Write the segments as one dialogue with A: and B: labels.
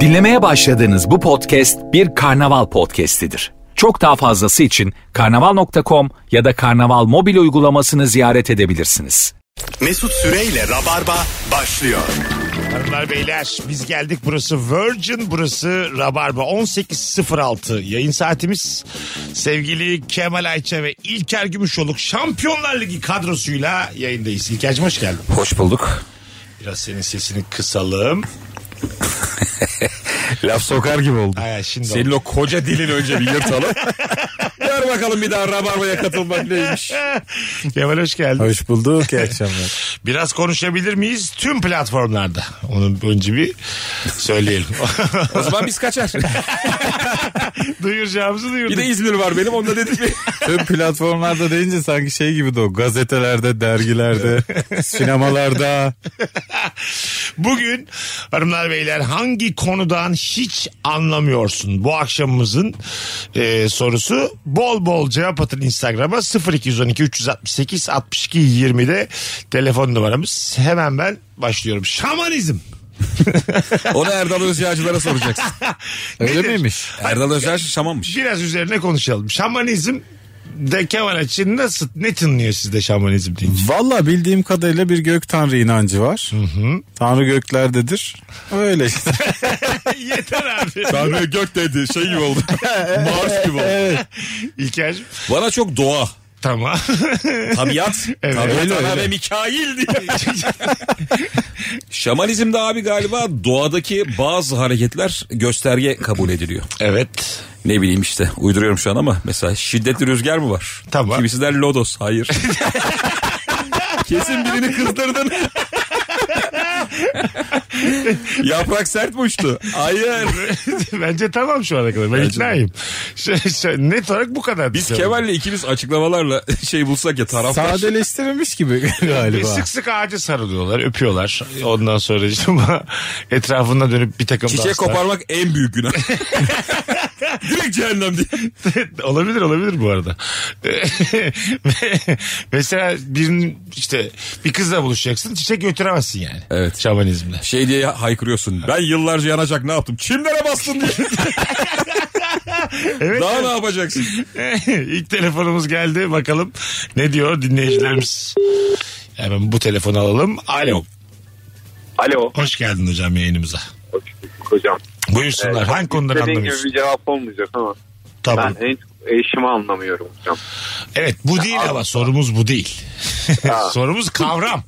A: Dinlemeye başladığınız bu podcast bir karnaval podcastidir. Çok daha fazlası için karnaval.com ya da karnaval mobil uygulamasını ziyaret edebilirsiniz.
B: Mesut Süreyle Rabarba başlıyor.
C: Hanımlar beyler biz geldik burası Virgin burası Rabarba 18.06 yayın saatimiz sevgili Kemal Ayça ve İlker Gümüşoluk Şampiyonlar Ligi kadrosuyla yayındayız. İlker'cim hoş geldin.
D: Hoş bulduk.
C: Biraz senin sesini kısalım.
D: Laf sokar gibi oldu.
C: Aya şimdi
D: Senin o koca dilin önce bir yırtalım. Ver bakalım bir daha Rabarba'ya katılmak neymiş.
C: Kemal hoş geldin.
D: Hoş bulduk. İyi akşamlar.
C: Biraz konuşabilir miyiz tüm platformlarda? Onu önce bir söyleyelim.
D: O zaman biz kaçar.
C: Duyuracağımızı duyurduk.
D: Bir de İzmir var benim onda dedik mi?
E: Tüm platformlarda deyince sanki şey gibi de o gazetelerde, dergilerde, sinemalarda.
C: Bugün hanımlar beyler hangi konudan hiç anlamıyorsun? Bu akşamımızın e, sorusu bol bol cevap atın Instagram'a 0212 368 62 20'de telefon numaramız. Hemen ben başlıyorum. Şamanizm.
D: Onu Erdal Özyağcılara soracaksın.
E: Öyle
C: Nedir?
E: miymiş?
D: Erdal Özyağcı şamanmış.
C: Biraz üzerine konuşalım. Şamanizm de Kemal Açın nasıl ne tınlıyor sizde şamanizm deyince?
E: Valla bildiğim kadarıyla bir gök tanrı inancı var. Tanrı göklerdedir. Öyle işte.
C: Yeter abi.
D: Tanrı gök dedi şey gibi oldu. Mars gibi oldu.
C: İlker'cim
D: Bana çok doğa.
C: tamam.
D: Tabiat.
C: Evet.
D: tabiat
E: Öyle,
D: ana
E: öyle.
D: ve Mikail diye. Şamanizmde abi galiba doğadaki bazı hareketler gösterge kabul ediliyor.
C: evet.
D: Ne bileyim işte uyduruyorum şu an ama mesela şiddetli rüzgar mı var?
C: Tamam.
D: Kimisi der lodos hayır. Kesin birini kızdırdın. Yaprak sert mi uçtu? Hayır.
C: Bence tamam şu ana kadar. Ben iknayım. Şey, şey, net olarak bu kadar.
D: Biz Kemal'le ikimiz açıklamalarla şey bulsak ya taraflar.
E: Sadeleştirilmiş gibi
C: Bir
E: galiba.
C: Sık sık ağaca sarılıyorlar, öpüyorlar. Ondan sonra işte ama etrafına dönüp bir takım
D: Çiçek
C: danslar.
D: koparmak en büyük günah. Direkt cehennem diye.
C: olabilir olabilir bu arada. Mesela birinin işte bir kızla buluşacaksın çiçek götüremezsin yani.
D: Evet.
C: Şamanizmle.
D: Şey diye haykırıyorsun. Ben yıllarca yanacak ne yaptım? Çimlere bastın diye. Daha ne yapacaksın?
C: İlk telefonumuz geldi bakalım ne diyor dinleyicilerimiz. Hemen bu telefonu alalım. Alo.
F: Alo.
C: Hoş geldin hocam yayınımıza.
F: Hocam.
C: Buyursunlar. Hangi konuları
F: istediğin
C: anlamıyorsun?
F: gibi bir cevap olmayacak ama
C: Tabii.
F: ben en çok eşimi anlamıyorum hocam.
C: Evet bu değil ama sorumuz bu değil.
F: Ha.
C: sorumuz kavram.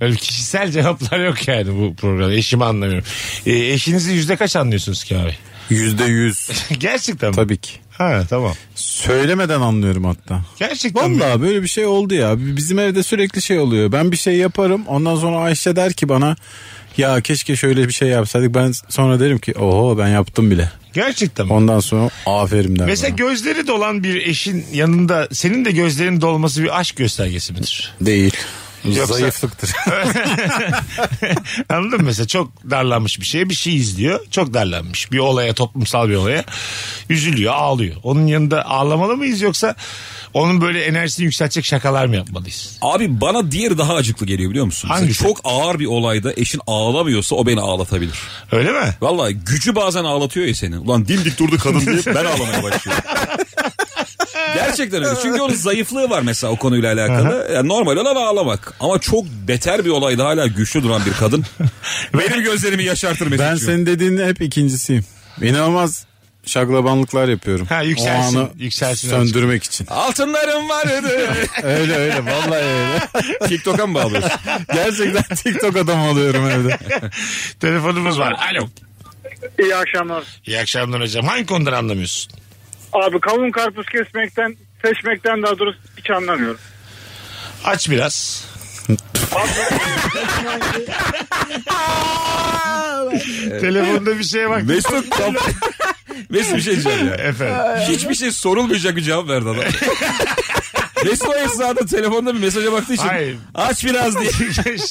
C: Öyle kişisel cevaplar yok yani bu programda. Eşimi anlamıyorum. Ee, eşinizi yüzde kaç anlıyorsunuz ki abi?
E: Yüzde yüz.
C: Gerçekten mi?
E: Tabii ki.
C: Ha tamam.
E: Söylemeden anlıyorum hatta.
C: Gerçekten mi?
E: Valla böyle bir şey oldu ya. Bizim evde sürekli şey oluyor. Ben bir şey yaparım. Ondan sonra Ayşe der ki bana ya keşke şöyle bir şey yapsaydık. Ben sonra derim ki oho ben yaptım bile.
C: Gerçekten mi?
E: Ondan sonra aferin der
C: Mesela
E: bana.
C: gözleri dolan bir eşin yanında senin de gözlerin dolması bir aşk göstergesi midir?
E: Değil.
C: Yoksa-
E: Zayıflıktır.
C: Anladın mı? Mesela çok darlanmış bir şeye bir şey izliyor. Çok darlanmış. Bir olaya toplumsal bir olaya. Üzülüyor ağlıyor. Onun yanında ağlamalı mıyız yoksa onun böyle enerjisini yükseltecek şakalar mı yapmalıyız?
D: Abi bana diğer daha acıklı geliyor biliyor musun? Mesela
C: Hangisi?
D: Çok ağır bir olayda eşin ağlamıyorsa o beni ağlatabilir.
C: Öyle mi?
D: Vallahi gücü bazen ağlatıyor ya seni. Ulan dimdik durdu kadın diye ben ağlamaya başlıyorum. Gerçekten öyle. Çünkü onun zayıflığı var mesela o konuyla alakalı. Yani normal olan ağlamak. Ama çok beter bir olayda hala güçlü duran bir kadın. Benim gözlerimi yaşartır
E: ben
D: Mesut'cum.
E: senin dediğin hep ikincisiyim. İnanılmaz şaklabanlıklar yapıyorum.
C: Ha, yükselsin,
E: O anı
C: yükselsin
E: söndürmek için.
D: Altınlarım vardı.
E: öyle öyle vallahi öyle.
D: TikTok'a mı bağlıyorsun?
E: Gerçekten TikTok adam alıyorum evde.
C: Telefonumuz var. Alo.
G: İyi akşamlar.
C: İyi akşamlar hocam. Hangi konudan anlamıyorsun?
G: Abi kavun karpuz kesmekten seçmekten daha doğrusu hiç anlamıyorum.
C: Aç biraz. Telefonda bir şeye bak.
D: Mesut, Mesut bir şey diyeceğim ya.
C: Efendim.
D: Hiçbir şey sorulmayacak bir cevap verdi adam. Mesut o esnada telefonda bir mesaja baktığı için
C: Hayır.
D: aç biraz diye.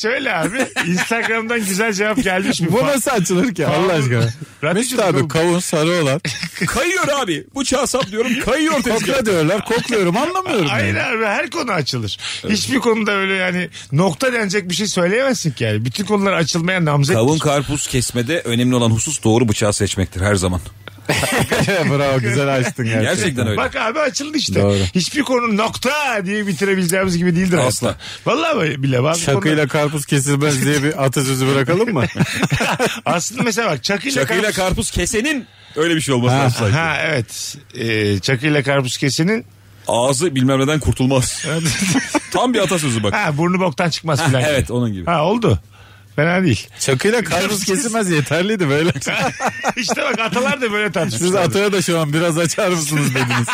C: Şöyle abi Instagram'dan güzel cevap gelmiş mi?
E: Bu nasıl açılır ki Allah aşkına?
C: Radyocu
E: Mesut abi
C: bu.
E: kavun sarı olan.
D: kayıyor abi. Bıçağı saplıyorum kayıyor tezgah.
E: Kokla diyorlar kokluyorum anlamıyorum.
C: Hayır
E: yani.
C: abi her konu açılır. Hiçbir konuda öyle yani nokta denecek bir şey söyleyemezsin ki yani. Bütün konular açılmaya namzet.
D: Kavun karpuz kesmede önemli olan husus doğru bıçağı seçmektir her zaman.
E: Bravo güzel açtın gerçekten.
D: Gerçekten öyle.
C: Bak abi açıldı işte.
E: Doğru.
C: Hiçbir konu nokta diye bitirebileceğimiz gibi değildir.
D: Asla.
C: hayatta. Vallahi bile bak.
E: Şakıyla karpuz kesilmez diye bir atasözü bırakalım mı?
C: Aslında mesela bak çakıyla,
D: Şakıyla
C: karpuz.
D: karpuz kesenin öyle bir şey olması lazım sanki.
C: Ha evet. Ee, çakıyla karpuz kesenin.
D: Ağzı bilmem neden kurtulmaz. Tam bir atasözü bak.
C: Ha burnu boktan çıkmaz filan.
D: evet onun gibi.
C: Ha oldu. Fena değil.
E: Çakıyla karpuz kesilmez yeterliydi böyle.
C: işte bak atalar da böyle tartışmışlar.
E: Siz ataya da şu an biraz açar mısınız dediniz.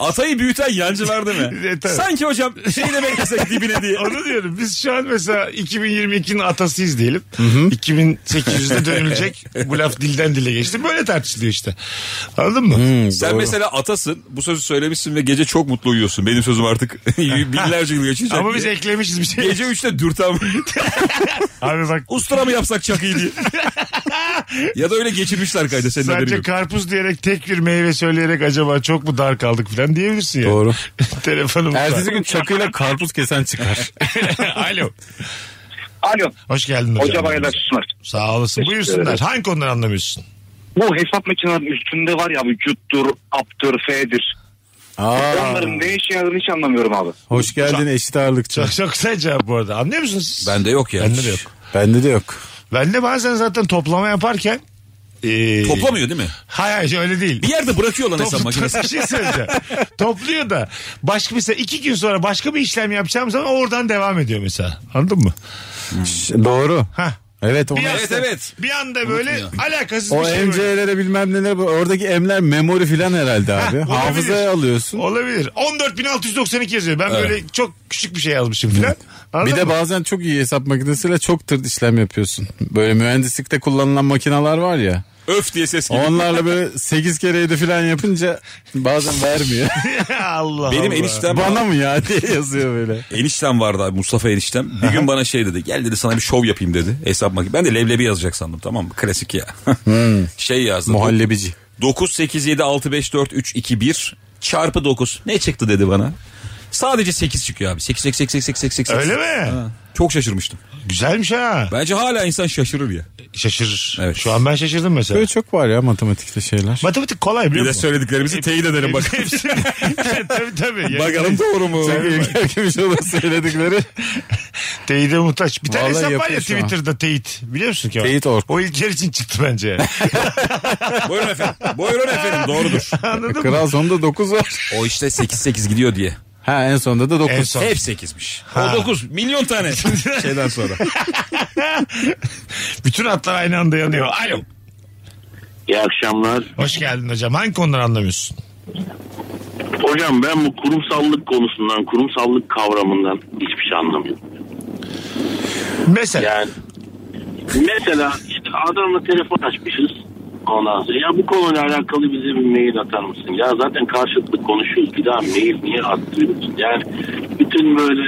D: Atayı büyüten yancılar değil mi?
C: Evet, E, tabii.
D: Sanki hocam şeyi de beklesek dibine diye.
C: Onu diyorum. Biz şu an mesela 2022'nin atasıyız diyelim. 2800'de dönülecek. Bu laf dilden dile geçti. Böyle tartışılıyor işte. Anladın mı?
D: Sen mesela atasın bu sözü söylemişsin ve gece çok mutlu uyuyorsun. Benim sözüm artık binlerce yıl geçecek.
C: Ama biz
D: diye.
C: eklemişiz bir şey.
D: Gece 3'te dürtem.
C: Abi bak
D: Ustura mı yapsak çakıyı diye. ya da öyle geçirmişler kayda senin haberin
C: sadece
D: yok.
C: karpuz diyerek tek bir meyve söyleyerek acaba çok mu dar kaldık falan diyebilirsin ya.
E: Doğru.
C: Telefonum var.
E: Ertesi gün çakıyla karpuz kesen çıkar.
C: Alo.
H: Alo.
C: Hoş geldin hocam.
H: Hocam hayırlı akşamlar.
C: Sağ olasın. Buyursunlar. Hangi konudan anlamıyorsun?
H: Bu hesap makinelerinin üstünde var ya vücuttur, aptır, f'dir.
E: Aa,
H: Onların ne işe yaradığını hiç anlamıyorum abi.
E: hoş geldin eşit ağırlıkçı.
C: Çok, çok güzel cevap bu arada. Anlıyor musunuz siz?
D: Bende yok ya.
C: Bende de yok.
E: Bende de yok.
C: Ben de bazen zaten toplama yaparken ee,
D: Toplamıyor değil mi?
C: Hayır hayır öyle değil.
D: Bir yerde bırakıyor lan hesap
C: Toplu-
D: makinesi.
C: Bir şey söyleyeceğim. Topluyor da başka mesela iki gün sonra başka bir işlem yapacağım zaman oradan devam ediyor mesela. Anladın mı?
E: Ş- Doğru.
C: Hah.
E: Evet onu
C: Bir
D: Evet
C: anda-
D: evet.
C: Bir anda böyle alakasız
E: o
C: bir şey böyle.
E: MC'lere bilmem neler bu- oradaki M'ler memori filan herhalde abi. Hafızaya alıyorsun.
C: Olabilir. 14.692 yazıyor. Ben böyle çok küçük bir şey yazmışım filan. Anladın
E: bir de
C: mı?
E: bazen çok iyi hesap makinesiyle çok tırt işlem yapıyorsun. Böyle mühendislikte kullanılan makineler var ya.
D: Öf diye ses geliyor.
E: Onlarla böyle 8 kere 7 filan yapınca bazen vermiyor.
C: Allah
D: Benim
C: Allah.
D: eniştem
E: Bana mı ya diye yazıyor böyle.
D: Eniştem vardı abi Mustafa eniştem. Bir gün bana şey dedi. Gel dedi sana bir şov yapayım dedi. Hesap makinesi. Ben de leblebi yazacak sandım tamam mı? Klasik ya.
C: Hmm.
D: şey yazdı.
E: Muhallebici.
D: 9 8 7 6 5 4 3 2 1 çarpı 9. Ne çıktı dedi bana. Sadece 8 çıkıyor abi. 8 8 8 8 8 8.
C: Öyle mi?
D: Çok şaşırmıştım.
C: Güzelmiş ha.
D: Bence hala insan şaşırır ya.
C: Şaşırır.
D: Evet.
C: Şu an ben şaşırdım mesela.
E: Böyle çok var ya matematikte şeyler.
C: Matematik kolay biliyor musun?
D: söylediklerimizi teyit
C: e,
D: edelim
C: Hepsi- tabii tabii. Yani
D: Bakalım doğru mu?
E: Erkemiş olan söyledikleri.
C: Teyide muhtaç. Bir tane
E: Vallahi
C: hesap var ya
E: yapıyor şu an.
C: Twitter'da teyit. Biliyor musun ki?
E: Teyit org.
C: O İlker için çıktı bence. yani.
D: Buyurun efendim. Buyurun efendim doğrudur.
C: Anladın mı?
E: Kral sonunda 9 var.
D: O işte 8 8 gidiyor diye.
E: Ha en sonunda da
C: En
E: 9.
C: son.
D: Hep 8'miş. O 9 milyon tane. Şeyden sonra.
C: Bütün atlar aynı anda yanıyor. Alo.
H: İyi akşamlar.
C: Hoş geldin hocam. Hangi konuları anlamıyorsun?
H: Hocam ben bu kurumsallık konusundan, kurumsallık kavramından hiçbir şey anlamıyorum.
C: Mesela.
H: Yani mesela işte adamla telefon açmışız. Ondan sonra ya bu konuyla alakalı bize bir mail atar mısın? Ya zaten karşılıklı konuşuyoruz. Bir daha mail niye attırıyorsun? Yani bütün böyle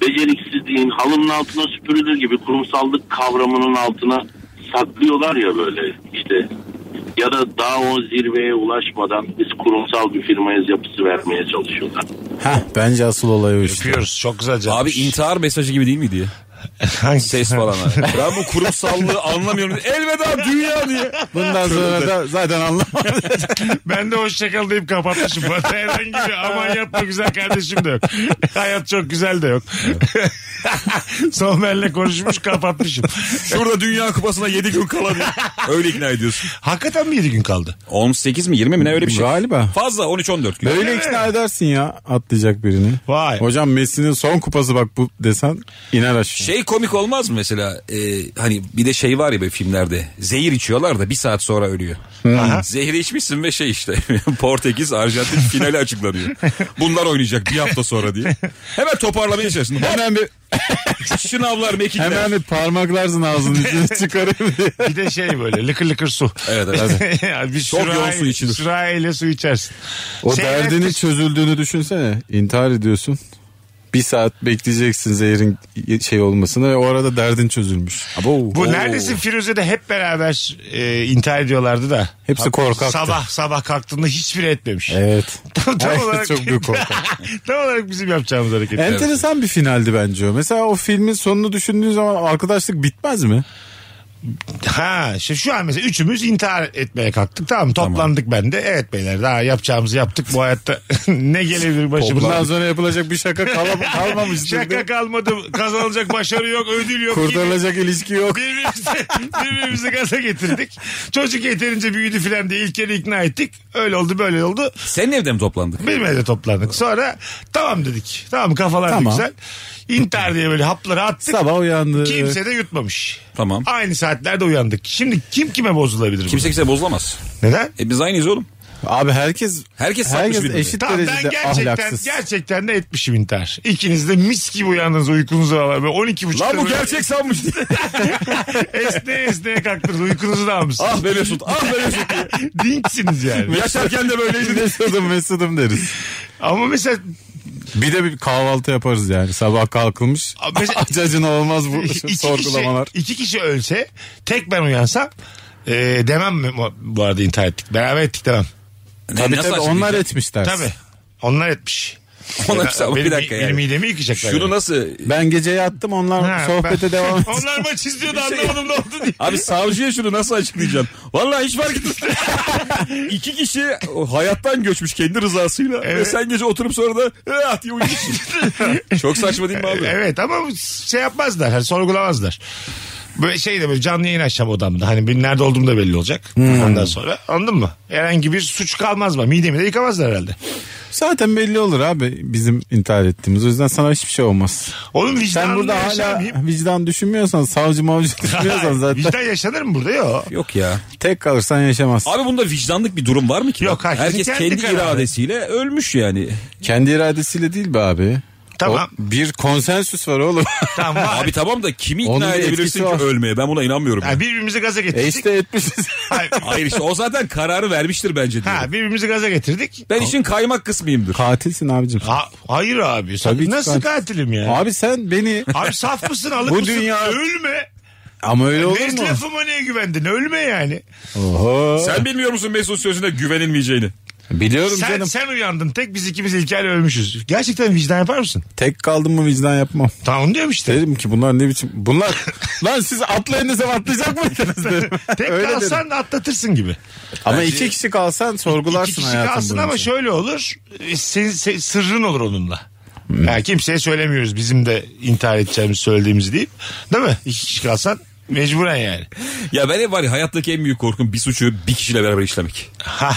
H: beceriksizliğin halının altına süpürülür gibi kurumsallık kavramının altına saklıyorlar ya böyle işte ya da daha o zirveye ulaşmadan biz kurumsal bir firmayız yapısı vermeye çalışıyorlar.
E: Ha bence asıl olay o işte.
C: Yapıyoruz. Çok güzel cevap.
D: Abi intihar mesajı gibi değil miydi ya?
C: Hangisi?
D: Ses falan abi. Ben bu kurumsallığı anlamıyorum. Elveda dünya diye.
E: Bundan sonra da zaten anlamam.
C: Ben de hoşçakal deyip kapatmışım. Bana herhangi bir aman yapma güzel kardeşim de yok. Hayat çok güzel de yok. Son benle konuşmuş kapatmışım.
D: Şurada Dünya Kupası'na 7 gün kala diye. Öyle ikna ediyorsun.
C: Hakikaten mi 7 gün kaldı?
D: 18 mi 20 mi ne öyle bir şey.
E: Galiba.
D: Fazla 13-14 gün.
E: Böyle ikna edersin ya atlayacak birini.
C: Vay.
E: Hocam Messi'nin son kupası bak bu desen iner aşağı.
D: Şey komik olmaz mı mesela? Ee, hani bir de şey var ya böyle filmlerde. Zehir içiyorlar da bir saat sonra ölüyor. Zehri içmişsin ve şey işte. Portekiz, Arjantin finali açıklanıyor. Bunlar oynayacak bir hafta sonra diye. Hemen toparlamaya çalışsın.
E: Hemen bir,
D: Şınavlar, mekikler.
E: hemen bir parmaklarsın ağzının içine çıkarır diye.
C: Bir de şey böyle lıkır lıkır su.
D: Evet, evet.
C: yani bir
D: Çok yoğun
C: sürahi-
D: su içilir.
C: Sürahiyle su içersin.
E: O
C: Seyretmiş-
E: derdinin çözüldüğünü düşünsene. İntihar ediyorsun. Bir saat bekleyeceksin zehrin şey olmasını ve o arada derdin çözülmüş. Abo.
C: Bu neredesin Firuze'de hep beraber e, intihar ediyorlardı da.
E: Hepsi korkaktı.
C: Sabah sabah kalktığında hiçbiri etmemiş.
E: Evet.
C: Tam, tam
E: Ay,
C: olarak,
E: çok büyük korkak.
C: tam olarak bizim yapacağımız hareket.
E: Enteresan bir finaldi bence o. Mesela o filmin sonunu düşündüğün zaman arkadaşlık bitmez mi?
C: Ha şu, şu an mesela üçümüz intihar etmeye kalktık. Tamam toplandık ben de. Evet beyler daha yapacağımızı yaptık bu hayatta. ne gelebilir
E: Bundan
C: başımıza?
E: sonra yapılacak bir şaka kalam- kalmamıştır.
C: Şaka kalmadı. Kazanılacak başarı yok, ödül yok. gibi.
E: Kurtarılacak ilişki yok.
C: Birbirimizi, birbirimizi gaza getirdik. Çocuk yeterince büyüdü filan diye ilk kere ikna ettik. Öyle oldu böyle oldu.
D: Senin evde mi toplandık?
C: Benim evde toplandık. Sonra tamam dedik. Tamam kafalar da
E: Tamam.
C: güzel. İntihar diye böyle hapları attık.
E: Sabah uyandı.
C: Kimse de yutmamış.
D: Tamam.
C: Aynı saatlerde uyandık. Şimdi kim kime bozulabilir?
D: Kimse
C: burada?
D: kimse bozulamaz.
C: Neden?
D: E biz aynıyız oğlum.
E: Abi herkes
D: Herkes satmış
E: herkes
D: birbirini.
E: eşit
C: Tamam ben
E: derecede
C: gerçekten
E: ahlaksız.
C: gerçekten de etmişim intihar. İkiniz de mis gibi uyandınız uykunuzu alan. Ve 12 buçukta
D: Lan bu
C: böyle
D: gerçek sanmış diye.
C: esne esneye kalktınız uykunuzu da almışsınız.
D: ah be Mesut, ah be Mesut.
C: Dinksiniz yani.
D: Yaşarken de böyleydi.
E: Mesudum mesudum deriz.
C: Ama mesela
E: Bir de bir kahvaltı yaparız yani. Sabah kalkılmış.
C: Abi mesela-
E: Acacına olmaz bu
C: iki
E: sorgulamalar.
C: Kişi, iki kişi ölse tek ben uyansam e, demem mi bu- bu arada intihar ettik. Beraber ettik demem.
E: Tabii tabii onlar etmiş dersin.
C: Tabii. Onlar etmiş.
D: Onlar etmiş ama şey? bir
C: Benim-
D: dakika yani.
C: Benim midemi yıkayacaklar.
D: Şunu
C: yani.
D: nasıl...
E: Ben gece yattım onlar
C: Ha,
E: sohbete
C: ben-
E: devam etti.
C: Onlar maç izliyordu
D: şey-
C: anlamadım ne oldu diye.
D: Abi savcıya şunu nasıl açıklayacaksın? Vallahi hiç fark etmez. İki kişi hayattan göçmüş kendi rızasıyla. Ve
C: Evet.
D: sen gece oturup sonra da ah diye uyuyorsun. Çok saçma değil mi abi?
C: Evet ama şey yapmazlar. Hani sorgulamazlar. Böyle şey de böyle canlı yayın açacağım odamda. Hani benim nerede olduğum da belli olacak.
E: Hmm.
C: Ondan sonra anladın mı? Herhangi bir suç kalmaz mı? Midemi de yıkamazlar herhalde.
E: Zaten belli olur abi bizim intihar ettiğimiz. O yüzden sana hiçbir şey olmaz.
C: Oğlum
E: Sen
C: vicdanını
E: burada
C: yaşar
E: hala
C: mıyım?
E: vicdan düşünmüyorsan savcı mavcı düşünmüyorsan zaten
C: Vicdan yaşanır mı burada? Yok.
D: Yok ya.
E: tek kalırsan yaşamazsın.
D: Abi bunda vicdanlık bir durum var mı ki?
C: Yok, herkesin
D: herkes
C: kendi
D: kendi,
C: kararı.
D: iradesiyle ölmüş yani.
E: Kendi iradesiyle değil be abi.
C: Tamam.
E: O bir konsensüs var oğlum.
C: Tamam var.
D: Abi tamam da kimi
E: Onun
D: ikna
E: bir
D: edebilirsin
E: etkisi
D: ki
E: var.
D: ölmeye? Ben buna inanmıyorum.
C: Ha, birbirimizi gaza
E: e
C: getirdik.
E: işte etmişiz.
C: Ha,
D: Hayır işte o zaten kararı vermiştir bence diyorum.
C: ha, birbirimizi gaza getirdik.
D: Ben işin kaymak kısmıyımdır.
E: Katilsin abicim.
C: Ha, hayır abi. Sen
E: Tabii ki
C: nasıl
E: katil.
C: katilim ya? Abi,
E: Abi sen beni
C: saf mısın alık
E: Bu
C: mısın?
E: dünya-
C: Ölme.
E: ama öyle olur mu?
C: Ne lafıma neye güvendin? Ölme yani.
E: Oho.
D: Sen bilmiyor musun Mesut sözüne güvenilmeyeceğini?
E: Biliyorum
C: Sen,
E: canım.
C: sen uyandın tek biz ikimiz İlker'le ölmüşüz. Gerçekten vicdan yapar mısın?
E: Tek kaldım mı vicdan yapmam.
C: Tamam onu diyorum işte.
E: Derim ki bunlar ne biçim bunlar lan siz atlayın desem atlayacak mıydınız derim.
C: Tek kalsan da atlatırsın gibi.
E: Ama iki kişi kalsan sorgularsın
C: İki kişi
E: hayatın
C: kalsın ama
E: boyunca.
C: şöyle olur. e, Senin se- sırrın olur onunla.
E: Hmm.
C: Ha, kimseye söylemiyoruz bizim de intihar edeceğimizi söylediğimizi deyip. Değil mi? İki kişi kalsan mecburen yani.
D: Ya ben hep var ya hayattaki en büyük korkum bir suçu bir kişiyle beraber işlemek.
C: Ha.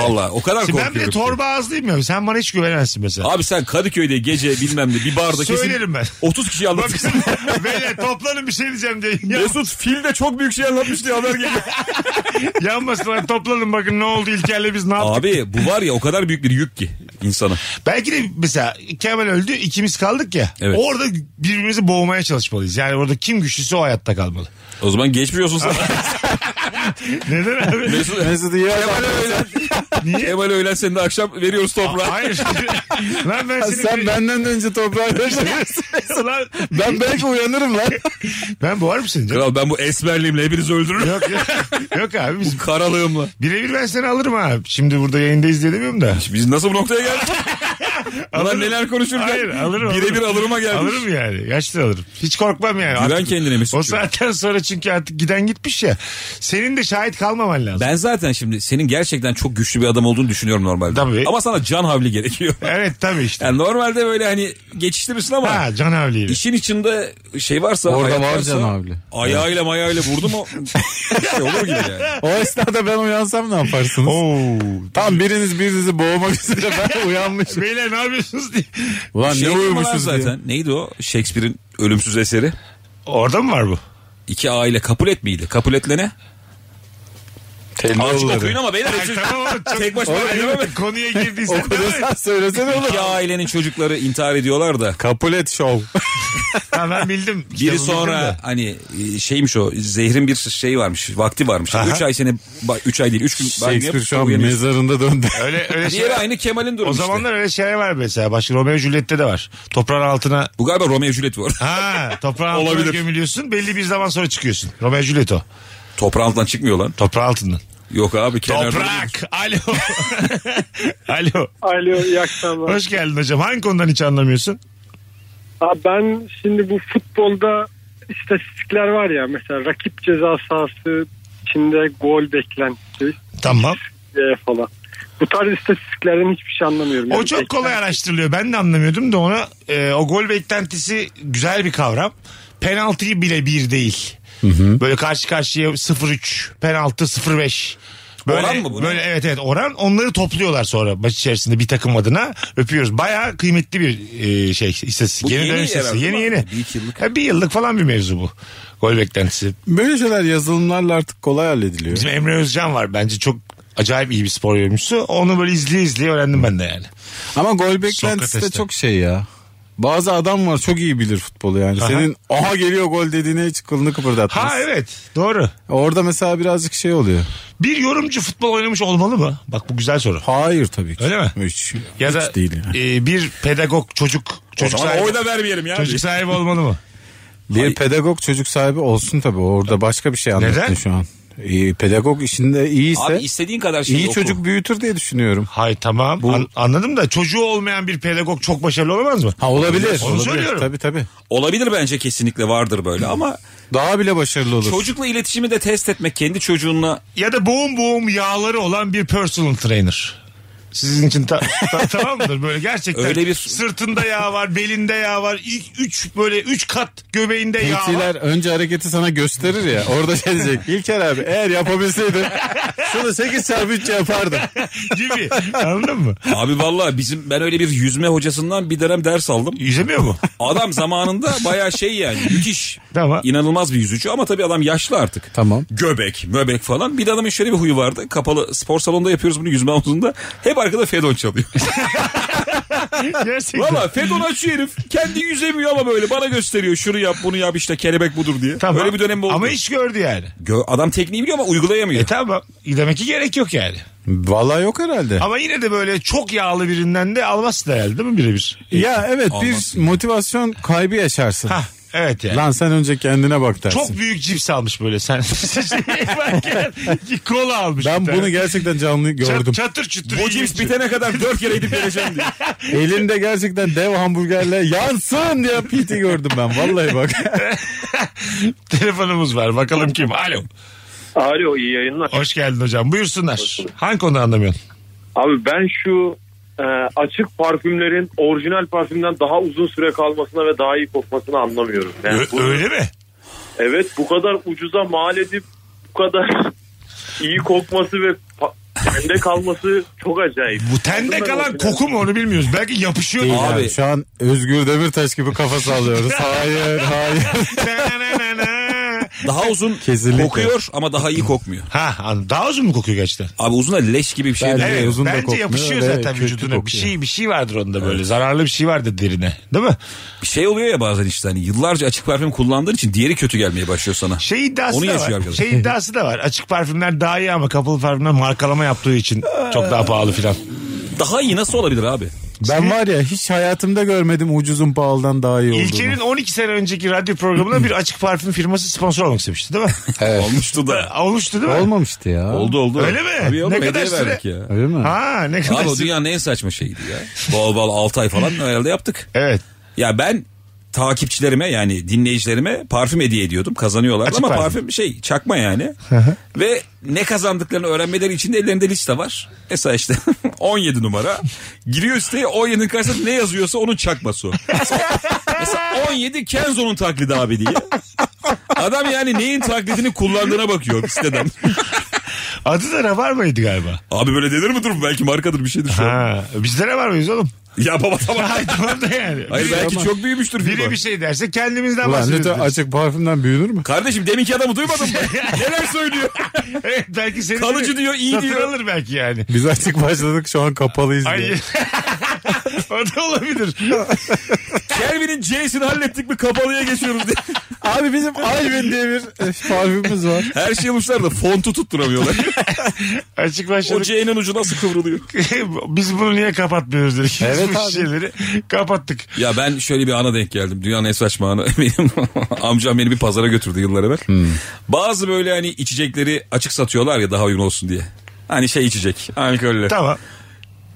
D: Vallahi o kadar
C: Şimdi ben
D: korkuyorum.
C: bir de
D: ki.
C: torba ağızlıyım ya. Sen bana hiç güvenemezsin mesela.
D: Abi sen Kadıköy'de gece bilmem ne bir barda kesin
C: Söylerim ben.
D: 30 kişi anlatırsın.
C: Bakın böyle toplanın bir şey diyeceğim diye. Ya,
D: Mesut fil de çok büyük şey anlatmış diye haber geliyor.
C: yanmasınlar toplanın bakın ne oldu İlker'le biz ne yaptık.
D: Abi bu var ya o kadar büyük bir yük ki insana.
C: Belki de mesela Kemal öldü ikimiz kaldık ya.
D: Evet.
C: Orada birbirimizi boğmaya çalışmalıyız. Yani orada kim güçlüyse o hayatta kalmalı.
D: O zaman geçmiyorsun sen.
C: Neden abi?
D: Mesut
E: Mesut iyi adam.
D: Kemal öğlen. Kemal öğlen senin de akşam veriyoruz toprağa.
C: Hayır. lan ben seni...
E: Sen benden önce toprağa götürürsün.
C: Lan
E: ben belki uyanırım lan.
C: ben boğar mısın canım?
D: Kral ben bu esmerliğimle hepinizi öldürürüm.
C: yok, yok, yok abi biz...
D: Karalığımla.
C: Birebir ben seni alırım ha. Şimdi burada yayındayız diye demiyorum da.
D: Biz nasıl bu noktaya geldik? Ulan
C: Alırım.
D: neler konuşurken.
C: Hayır alırım.
D: Birebir
C: alırım.
D: alırıma gelmiş.
C: Alırım yani. Gerçekten alırım. Hiç korkmam yani.
D: Güven
C: Artık-
D: kendine Mesut'cum.
C: O saatten sonra çünkü artık giden gitmiş ya. Senin de şahit kalmaman lazım.
D: Ben zaten şimdi senin gerçekten çok güçlü bir adam olduğunu düşünüyorum normalde.
C: Tabii.
D: Ama sana can havli gerekiyor.
C: Evet tabii işte.
D: Yani normalde böyle hani geçiştirirsin ama
C: Ha Can Havli'yle.
D: işin içinde şey varsa
E: Orada
D: hayat
E: var
D: varsa,
E: Can Havli.
D: Ayağıyla mayağıyla vurdu mu şey olur gibi yani.
E: O esnada ben uyansam ne yaparsınız?
C: Oo.
E: Tam biriniz birinizi boğmak üzere ben uyanmışım.
C: Beyler ne yapıyorsunuz diye.
E: Ulan
D: Şey
E: ne
D: değil mi lan
E: uyumuşuz
D: zaten.
E: zaten.
D: Neydi o? Shakespeare'in ölümsüz eseri.
C: Orada mı var bu?
D: İki aile Capulet miydi? Capulet'le ne?
E: Telli
D: Azıcık
E: oğulları.
D: okuyun ama beyler.
C: Ay,
D: hepsi-
C: tamam oğlum, çok-
D: Tek başıma
C: Oğlum,
D: veremem.
C: Konuya girdiysen değil mi?
E: Sen söylesene oğlum.
D: İki ailenin çocukları intihar ediyorlar da.
E: Kapulet Show.
C: Ha, ben bildim. Kitabı
D: Biri
C: bildim
D: sonra
C: de.
D: hani e, şeymiş o zehrin bir şey varmış vakti varmış. 3 ay seni 3 ay değil 3 gün. ben niye
E: Shakespeare şu an
D: uyanıyorsun?
E: Şey, mezarında döndü.
C: Öyle, öyle şey.
D: Diğeri aynı Kemal'in durumu
C: O
D: işte.
C: zamanlar öyle şeyler var mesela. Başka Romeo Juliet'te de var. Toprağın altına
D: Bu galiba Romeo ve Juliet var.
C: Ha, toprağın altına
D: Olabilir.
C: gömülüyorsun. Belli bir zaman sonra çıkıyorsun. Romeo Juliet o.
D: Toprağın altından çıkmıyor lan.
C: Toprağın altından.
D: Yok abi kenarda.
C: Toprak. Alo. Alo.
G: Alo iyi akşamlar.
C: Hoş geldin hocam. Hangi konudan hiç anlamıyorsun?
G: Abi ben şimdi bu futbolda istatistikler var ya mesela rakip ceza sahası içinde gol beklentisi
C: Tamam.
G: e, falan. Bu tarz istatistiklerden hiçbir şey anlamıyorum.
C: O
G: Yani
C: çok kolay
G: beklenti-
C: araştırılıyor. Ben de anlamıyordum da ona e, o gol beklentisi güzel bir kavram. Penaltıyı bile bir değil. Böyle karşı karşıya 0-3, penaltı 0-5. Böyle,
D: Oran mı bu?
C: Böyle evet evet oran. Onları topluyorlar sonra maç içerisinde bir takım adına. Öpüyoruz. Bayağı kıymetli bir e, şey istatistik.
D: Bu
C: yeni,
D: yeni
C: dönem istatistik.
D: herhalde
C: Yeni
D: değil mi?
C: yeni.
D: Bir iki yıllık.
C: Ha, bir yıllık falan bir mevzu bu. Gol beklentisi.
E: Böyle şeyler yazılımlarla artık kolay hallediliyor.
C: Bizim Emre Özcan var. Bence çok acayip iyi bir spor yorumcusu. Onu böyle izleye izleye öğrendim ben de yani.
E: Ama gol beklentisi de
C: Sokrates'te.
E: çok şey ya. Bazı adam var çok iyi bilir futbolu yani.
C: Aha.
E: Senin aha geliyor gol dediğine hiç kılını kıpırdatmaz.
C: Ha evet doğru.
E: Orada mesela birazcık şey oluyor.
C: Bir yorumcu futbol oynamış olmalı mı? Bak bu güzel soru.
E: Hayır tabii ki.
C: Öyle mi?
E: Hiç,
C: Ya
E: hiç
C: da
E: değil yani.
C: e, bir pedagog çocuk
D: O
C: çocuk
D: zaman
C: sahibi,
D: oy da vermeyelim ya.
C: çocuk sahibi olmalı mı?
E: Bir pedagog çocuk sahibi olsun tabii. Orada başka bir şey anlattın
C: Neden?
E: şu an. İyi, pedagog işinde iyiyse
D: Abi istediğin kadar şey
E: iyi
D: oku.
E: çocuk büyütür diye düşünüyorum.
C: Hayır tamam An- anladım da çocuğu olmayan bir pedagog çok başarılı olamaz mı?
E: Ha olabilir.
C: Onu
E: Olabilir.
C: söylüyorum.
E: Tabii tabii.
D: Olabilir bence kesinlikle vardır böyle ama
E: Daha bile başarılı olur.
D: çocukla iletişimi de test etmek kendi çocuğunla
C: Ya da boğum boğum yağları olan bir personal trainer. Sizin için ta- ta- tamam mıdır böyle gerçekten
D: Öyle bir-
C: sırtında yağ var belinde yağ var ilk üç böyle üç kat göbeğinde yağ var.
E: Eğitimler önce hareketi sana gösterir ya. Orada şey diyecek. İlker abi eğer yapabilseydim şunu 8 çarpı 3 yapardım.
C: gibi anladın mı?
D: abi vallahi bizim ben öyle bir yüzme hocasından bir dönem ders aldım.
C: Yüzemiyor mu?
D: Adam zamanında baya şey yani müthiş.
C: Tamam.
D: İnanılmaz bir yüzücü ama tabii adam yaşlı artık.
E: Tamam.
D: Göbek, möbek falan. Bir de adamın şöyle bir huyu vardı. Kapalı spor salonunda yapıyoruz bunu yüzme havuzunda. Hep arkada Fedon çalıyor.
C: Gerçekten.
D: Valla Fedon açıyor herif. Kendi yüzemiyor ama böyle bana gösteriyor. Şunu yap bunu yap işte kelebek budur diye.
C: Tamam.
D: Böyle bir dönem oldu.
C: Ama iş gördü yani.
D: Gö- adam tekniği biliyor ama uygulayamıyor.
C: E tamam. Demek ki gerek yok yani.
E: Vallahi yok herhalde.
C: Ama yine de böyle çok yağlı birinden de almazsın herhalde değil mi birebir?
E: Ya evet
D: Almazsın
E: bir motivasyon kaybı yaşarsın.
C: Hah evet yani.
E: Lan sen önce kendine bak dersin.
C: Çok büyük cips almış böyle sen. Şey varken kola almış.
E: ben
C: bir tane.
E: bunu gerçekten canlı
C: Çat-
E: gördüm.
C: çatır çutur.
D: Bu
C: iyi
D: cips
C: geçiyor.
D: bitene kadar dört kere gidip geleceğim diye.
E: Elinde gerçekten dev hamburgerle yansın diye PT gördüm ben. Vallahi bak.
C: Telefonumuz var bakalım kim. Alo.
F: Alo iyi yayınlar.
C: Hoş geldin hocam buyursunlar. Hangi konuda anlamıyorsun?
F: Abi ben şu e, açık parfümlerin orijinal parfümden daha uzun süre kalmasına ve daha iyi kokmasını anlamıyorum. Yani
C: Ö-
F: bu-
C: öyle mi?
F: Evet bu kadar ucuza mal edip bu kadar iyi kokması ve pa- tende kalması çok acayip.
D: E,
C: Bu tende
F: Bunlar
C: kalan
F: orijinal.
C: koku mu onu bilmiyoruz. Belki yapışıyor.
E: Değil
D: Abi.
E: abi. Şu an Özgür Demirtaş gibi kafa sallıyoruz. Hayır hayır.
C: Na, na, na, na.
D: Daha uzun
E: Kesinlikle.
D: kokuyor ama daha iyi kokmuyor.
C: ha anladım. daha uzun mu kokuyor gerçekten?
D: Abi uzun da leş gibi bir şey.
E: Bence
D: değil.
C: Evet,
E: uzun da
C: bence
E: kokmuyor
C: yapışıyor
E: ve
C: zaten
E: kötü
C: vücuduna. Bir
E: kokuyor.
C: şey bir şey vardır onda böyle. Zararlı bir şey vardır derine. Değil mi?
D: Bir şey oluyor ya bazen işte hani yıllarca açık parfüm kullandığın için diğeri kötü gelmeye başlıyor sana.
C: Şey iddiası
D: Onu
C: da
D: yaşıyor
C: var.
D: arkadaş.
C: Şey iddiası da var. Açık parfümler daha iyi ama kapalı parfümler markalama yaptığı için çok daha pahalı filan.
D: Daha iyi nasıl olabilir abi?
E: Ben var ya hiç hayatımda görmedim ucuzun pahalıdan daha iyi olduğunu.
C: İlker'in 12 sene önceki radyo programına bir açık parfüm firması sponsor olmak istemişti değil mi?
D: Olmuştu da.
C: Olmuştu değil mi?
E: Olmamıştı ya.
D: Oldu oldu.
C: Öyle mi?
D: Tabii oğlum,
C: Ne kadar
D: hediye
C: süre?
D: verdik ya.
E: Öyle mi?
C: Ha ne kadar.
D: Abi o
C: sü-
D: dünyanın en saçma şeydi ya. Bol bol 6 ay falan herhalde yaptık.
C: Evet.
D: Ya ben takipçilerime yani dinleyicilerime parfüm hediye ediyordum. Kazanıyorlar
C: Açık
D: ama parfüm.
C: parfüm.
D: şey çakma yani. Ve ne kazandıklarını öğrenmeleri için de ellerinde liste var. Mesela işte 17 numara. Giriyor siteye 17'nin karşısında ne yazıyorsa onun çakması o. Mesela 17 Kenzo'nun taklidi abi diye. Adam yani neyin taklidini kullandığına bakıyor siteden.
C: Adı da Rabarba'ydı galiba.
D: Abi böyle denir mi durum? Belki markadır bir şeydir şu an.
C: Ha, biz de Rabarba'yız oğlum.
D: Ya baba tamam.
C: Ay tamam da yani.
D: Hayır
C: Biri-
D: belki çok büyümüştür
C: Biri
D: firma.
C: bir şey derse kendimizden
E: Ulan
C: bahsediyoruz.
E: lütfen açık parfümden büyünür mü?
D: Kardeşim deminki adamı duymadın mı? Neler söylüyor?
C: Evet, belki seni
D: Kalıcı diyor, iyi
C: satın
D: diyor.
C: alır belki yani.
E: Biz açık başladık şu an kapalıyız.
C: Ay.
E: diye.
C: o da olabilir.
D: Kelvin'in C'sini hallettik mi kapalıya geçiyoruz diye.
E: Abi bizim Alvin diye bir e, parfümümüz var.
D: Her şey yapmışlar da fontu tutturamıyorlar.
C: Açık
D: o
C: başladık.
D: C'nin ucu nasıl kıvrılıyor?
C: Biz bunu niye kapatmıyoruz dedik. Biz
E: Evet
C: bu
E: abi.
C: şeyleri kapattık.
D: Ya ben şöyle bir ana denk geldim. Dünyanın en saçma anı. Benim amcam beni bir pazara götürdü yıllar evvel. Bazı böyle hani içecekleri açık satıyorlar ya daha uygun olsun diye. Hani şey içecek. Alkollü.
C: Tamam.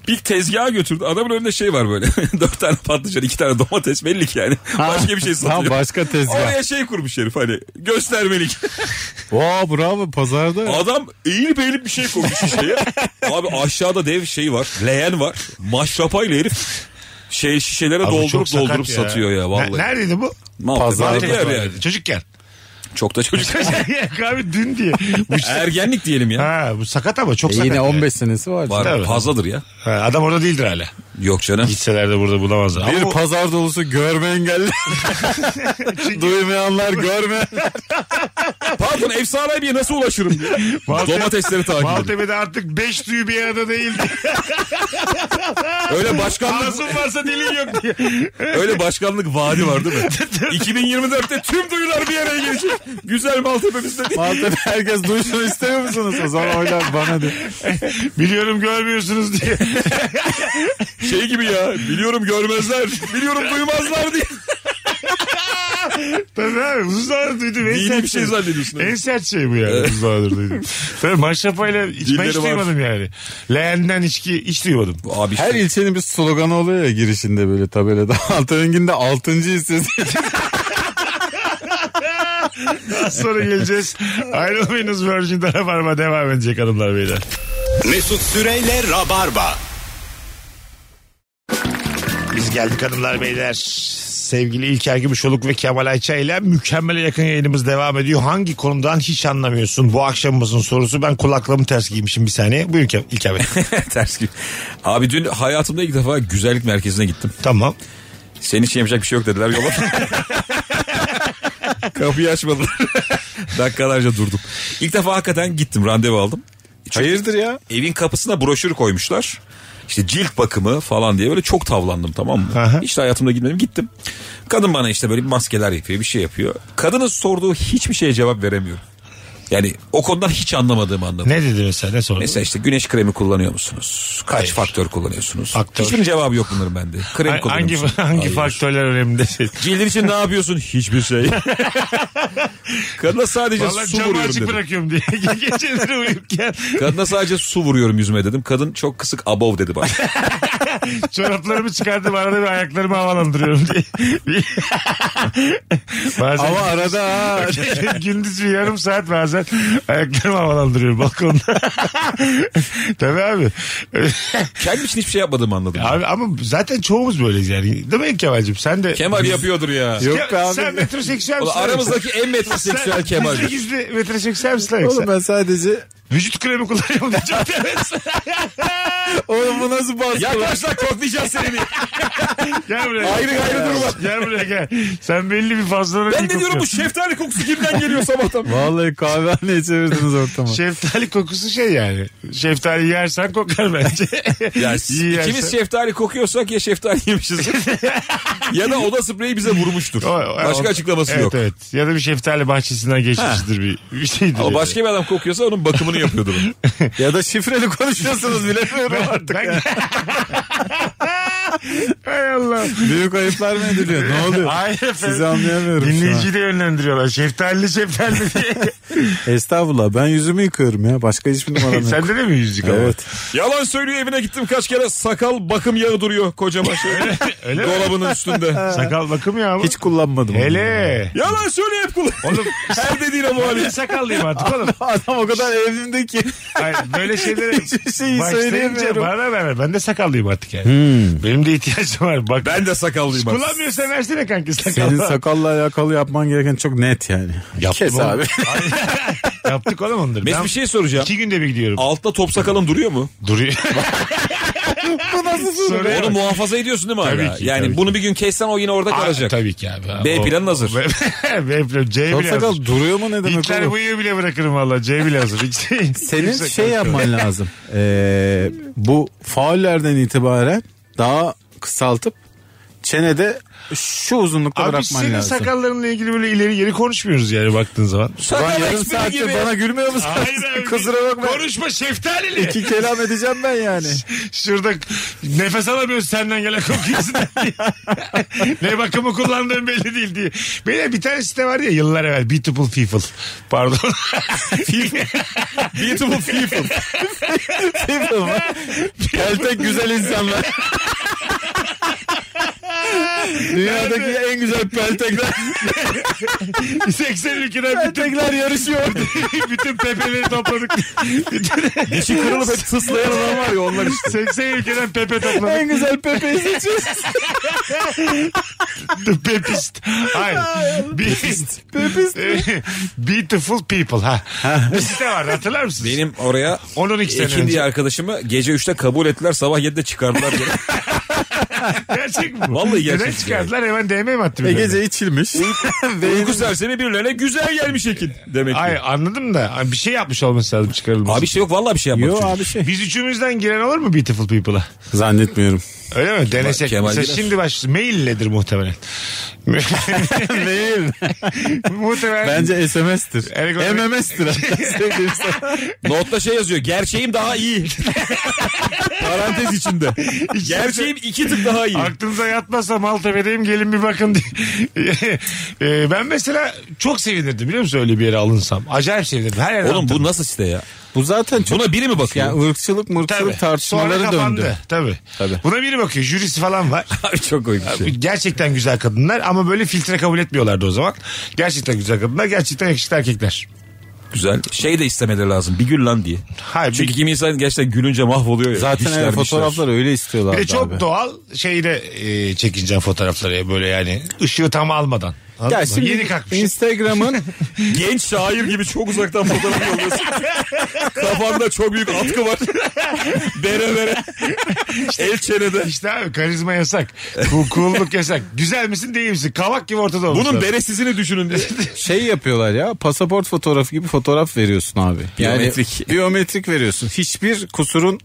D: Bir tezgaha götürdü. Adamın önünde şey var böyle. Dört tane patlıcan, iki tane domates belli ki yani. Başka bir şey satıyor.
E: Tam başka tezgah.
D: Oraya şey kurmuş herif hani göstermelik.
E: Vaa bravo pazarda.
D: Adam eğilip eğilip bir şey koymuş şişeye. Abi aşağıda dev şey var. Leğen var. Maşrapayla herif şey şişelere
C: Abi çok
D: doldurup
C: sakat
D: doldurup satıyor ya vallahi.
C: Ne- Neredeydi bu?
D: Maltepe,
E: Pazar
D: bir yer yani.
C: Çocukken.
D: Çok da çocuk.
C: Yok abi dün diye. Bu
D: Ergenlik diyelim ya.
C: ha, bu sakat ama çok
E: E
C: sakat.
E: yine
C: yani.
E: 15 senesi var.
D: Var
C: Tabii.
D: fazladır ya.
C: Ha, adam orada değildir hala.
D: Yok canım.
C: Gitseler de burada bulamazlar.
E: Bir
C: Ama bu-
E: pazar dolusu görme engelli.
C: şey-
E: Duymayanlar görme.
D: Pardon efsane bir nasıl ulaşırım diye.
C: Maltepe-
D: Domatesleri takip edin.
C: Maltepe'de artık beş tüy bir arada değil.
D: Öyle başkanlık
C: Ağzın varsa dilin yok diye.
D: öyle başkanlık vaadi var değil mi? 2024'te tüm duyular bir araya gelecek. Güzel Maltepe'mizde diye.
E: Maltepe herkes duysun istemiyor musunuz? O zaman oylar bana de.
C: Biliyorum görmüyorsunuz diye.
D: Şey gibi ya biliyorum görmezler, biliyorum duymazlar diye.
C: Tabii abi uzun zamandır duydum. En
D: Dini
C: sert
D: bir şey zannediyorsun.
C: En sert şey bu yani uzun zamandır duydum. Tabii maşrapayla içme hiç
D: Dilleri var.
C: duymadım yani. Leğenden içki hiç duymadım.
D: Abi işte.
E: Her ilçenin bir sloganı oluyor ya girişinde böyle tabelada. Altı renginde altıncı hissesi.
C: Az sonra geleceğiz. Ayrılmayınız Virgin'de Rabarba devam edecek hanımlar beyler.
B: Mesut Süreyle Rabarba.
C: Biz geldik hanımlar beyler. Sevgili İlker Gümüşoluk ve Kemal Ayça ile mükemmele yakın yayınımız devam ediyor. Hangi konudan hiç anlamıyorsun bu akşamımızın sorusu. Ben kulaklığımı ters giymişim bir saniye. Buyurun Ke- İlker Bey.
D: Ters gibi. Abi dün hayatımda ilk defa güzellik merkezine gittim.
C: tamam.
D: Senin için yapacak bir şey yok dediler yola. Kapıyı açmadılar. Dakikalarca durdum. İlk defa hakikaten gittim randevu aldım. Çok-
E: Hayırdır ya?
D: Evin kapısına broşür koymuşlar. İşte cilt bakımı falan diye böyle çok tavlandım tamam mı?
C: Aha.
D: Hiç de hayatımda gitmedim gittim. Kadın bana işte böyle bir maskeler yapıyor bir şey yapıyor. Kadının sorduğu hiçbir şeye cevap veremiyorum. Yani o konudan hiç anlamadığımı anladım.
C: Ne dedi mesela ne sordu?
D: Mesela işte güneş kremi kullanıyor musunuz? Kaç
C: Hayır.
D: faktör kullanıyorsunuz?
C: Faktör.
D: Hiçbir cevabı yok bunların bende. Krem
C: Ha-
D: kullanıyor
C: hangi
D: musun?
C: hangi
D: Hayır.
C: faktörler önemli dedi.
D: Cildin için ne yapıyorsun? Hiçbir şey. Kadına sadece
C: Vallahi
D: su
C: camı
D: vuruyorum
C: açık
D: dedim.
C: bırakıyorum diye. Geceleri uyurken
D: Kadına sadece su vuruyorum yüzüme dedim. Kadın çok kısık above dedi bana.
C: çoraplarımı çıkardım arada bir ayaklarımı havalandırıyorum diye. Bazen
E: Ama arada ha.
C: Gündüz bir yarım saat bazen ayaklarımı havalandırıyorum balkonda. Tabii abi.
D: Kendim için hiçbir şey yapmadığımı anladım.
C: abi ama zaten çoğumuz böyleyiz yani. Değil mi Kemal'cim? Sen de...
D: Kemal yapıyordur ya.
E: Yok
C: Ke-
E: be abi.
C: Sen metroseksüel
D: Ulan
C: misin?
D: aramızdaki en
C: Sen
D: metroseksüel Kemal.
C: Gizli gizli metroseksüel misin?
E: Oğlum
C: yoksa?
E: ben sadece
C: Vücut kremi kullanıyorum diyeceğim.
E: oğlum bu nasıl baskı?
D: Yaklaş lan koklayacağız seni. diye.
C: Gel buraya.
D: Ayrı gayrı durma.
C: Gel buraya gel. Sen belli bir fazladan
D: Ben
C: iyi
D: de diyorum bu
C: kokuyorsun.
D: şeftali kokusu kimden geliyor sabahtan?
E: Vallahi kahvehaneye çevirdiniz ortamı.
C: Şeftali kokusu şey yani. Şeftali yersen kokar bence.
D: Ya siz
C: İyi yersen.
D: ikimiz şeftali kokuyorsak ya şeftali yemişiz. ya da oda spreyi bize vurmuştur.
C: O- o-
D: Başka
C: o-
D: açıklaması
C: evet,
D: yok.
C: Evet Ya da bir şeftali bahçesinden geçmiştir bir, bir şeydir.
D: Ama
C: yani.
D: başka bir adam kokuyorsa onun bakımını yapıyordur. o.
E: Ya da şifreli konuşuyorsunuz bilemiyorum artık.
C: Ben- Hay Allah.
E: Büyük ayıplar mı ediliyor? Ne oluyor?
C: Hayır efendim.
E: Sizi anlayamıyorum şu
C: Dinleyiciyi de yönlendiriyorlar. Şeftalili şeftalili diye.
E: an. Estağfurullah ben yüzümü yıkıyorum ya. Başka hiçbir numaram yok.
C: Sende de mi yüzük ama?
E: Evet.
D: Yalan söylüyor evine gittim kaç kere sakal bakım yağı duruyor kocaman şey.
C: öyle mi?
D: Dolabının üstünde.
C: Sakal bakım ya ama.
E: Hiç kullanmadım. onu.
C: Hele.
D: Yalan söylüyor hep kullan.
C: Oğlum
D: Her dediğine muhalif.
C: ben sakallıyım artık oğlum.
E: Adam o kadar evimde ki.
C: Hayır, böyle şeylere
E: Hiçbir
C: şey
E: şeyi
C: başlayınca
E: söyleyemiyorum.
C: bana ver. Ben de sakallıyım artık yani. Benim de ihtiyacım var. Bak,
D: Ben de sakallıyım. artık.
C: Kullanmıyorsan versene kanki sakal.
E: Senin sakalla alakalı yapman gereken çok net yani. Kes
C: oğlum.
E: abi.
C: Yaptık oğlum onları.
D: Mes
C: Ben
D: bir şey soracağım.
C: İki günde bir gidiyorum.
D: Altta top sakalın duruyor mu?
C: Duruyor. Bu nasıl soru?
D: Onu muhafaza ediyorsun değil mi
C: Tabii
D: hala?
C: ki,
D: yani
C: tabii ki.
D: bunu bir gün kessen o yine orada kalacak.
C: Ah, Tabii ki abi.
D: B
C: O-
D: planın hazır.
C: B planı, C
E: Top
C: bile hazır.
E: sakal duruyor mu ne demek
C: İtler
E: oğlum?
C: bıyığı bile bırakırım valla. C bile hazır. Hiç-
E: Senin
C: Yüksek
E: şey
C: kalkıyor.
E: yapman lazım. Ee, bu faullerden itibaren daha kısaltıp çenede şu uzunlukta
C: Abi
E: bırakman
C: senin
E: lazım.
C: sakallarınla ilgili böyle ileri geri konuşmuyoruz yani baktığın zaman.
E: Ulan yarım saattir bana gülmüyor musun?
C: Aynen.
E: Kusura bakma.
C: Konuşma şeftalili.
E: İki kelam edeceğim ben yani.
C: Şurada nefes alamıyoruz senden gelen koku yüzünden diye. ne bakımı kullandığın belli değil diye. Böyle bir tane site var ya yıllar evvel. Beautiful People. Pardon.
E: Beautiful people. people mı? Peltek güzel insanlar. Dünyadaki en güzel peltekler,
C: 80 ülkeden bütün,
E: peltekler yarışıyor.
C: bütün pepeleri topladık.
E: Dişi kırılıp hep tıslayan adam var ya onlar işte.
C: 80 ülkeden pepe topladık.
E: En güzel Pepe'yi seçiyoruz.
C: The Pepist. Hayır. Pepist.
E: Pepist.
C: Beautiful People. Ha. Bir site vardı hatırlar mısınız?
D: Benim oraya
C: 10-12 sene
D: Ekin
C: önce.
D: diye arkadaşımı gece 3'te kabul ettiler sabah 7'de çıkardılar. geri.
C: Gerçek mi? bu?
D: Vallahi
C: Neden
D: gerçek
C: çıkardılar hemen DM mi attı? birilerine?
E: Gece içilmiş.
D: Uyku sersemi birilerine güzel gelmiş Ekin demek ki.
C: Ay anladım da bir şey yapmış olması lazım çıkarılması.
D: Abi işte yok vallahi bir şey yapmadı
E: Yo
D: çocuk.
E: abi şey.
C: Biz üçümüzden giren olur mu Beautiful People'a?
E: Zannetmiyorum.
C: Öyle mi? Denesek.
D: Kemal
C: Mesela
D: girer.
C: şimdi baş mailledir muhtemelen.
E: Değil.
C: muhtemelen.
E: Bence SMS'tir.
C: Ergonomi-
E: MMS'tir. hatta sevgili sana.
D: Notta şey yazıyor gerçeğim daha iyi. Parantez içinde. Gerçeğim iki tık daha iyi.
C: Aklınıza yatmazsa Maltepe'deyim gelin bir bakın diye. Ee, ben mesela çok sevinirdim biliyor musun öyle bir yere alınsam. Acayip sevinirdim. Her yerde
D: Oğlum bu nasıl site ya?
E: Bu zaten çok...
D: Buna biri mi bakıyor?
E: yani ırkçılık mırkçılık tartışmaları döndü.
C: Tabii. Buna biri bakıyor. Jürisi falan var.
D: Abi çok oymuş
E: şey.
D: ya.
C: Gerçekten güzel kadınlar ama böyle filtre kabul etmiyorlardı o zaman. Gerçekten güzel kadınlar, gerçekten yakışıklı erkekler.
D: Güzel. Şey de istemeleri lazım. Bir gül lan diye.
C: Hayır,
D: Çünkü
C: bir-
D: kimi insan gerçekten gülünce mahvoluyor ya.
E: Zaten
D: İşler,
E: evet,
D: mişler.
E: fotoğraflar öyle istiyorlar.
C: Bir de çok
E: abi.
C: doğal şeyle e, çekineceğim fotoğrafları ya, böyle yani ışığı tam almadan. Anladın
E: Ya
C: mı?
E: şimdi
C: Yeni kalkmış.
E: Instagram'ın
D: Genç şair gibi çok uzaktan fotoğraf yolluyorsun. Kafanda çok büyük atkı var. bere bere. El çenede.
C: İşte abi karizma yasak. Cool- Cool'luk yasak. Güzel misin değil misin? Kavak gibi ortada olmuş.
D: Bunun beresizini düşünün diye.
E: şey yapıyorlar ya pasaport fotoğrafı gibi fotoğraf veriyorsun abi. Yani
D: Biyometrik.
E: biyometrik veriyorsun. Hiçbir kusurun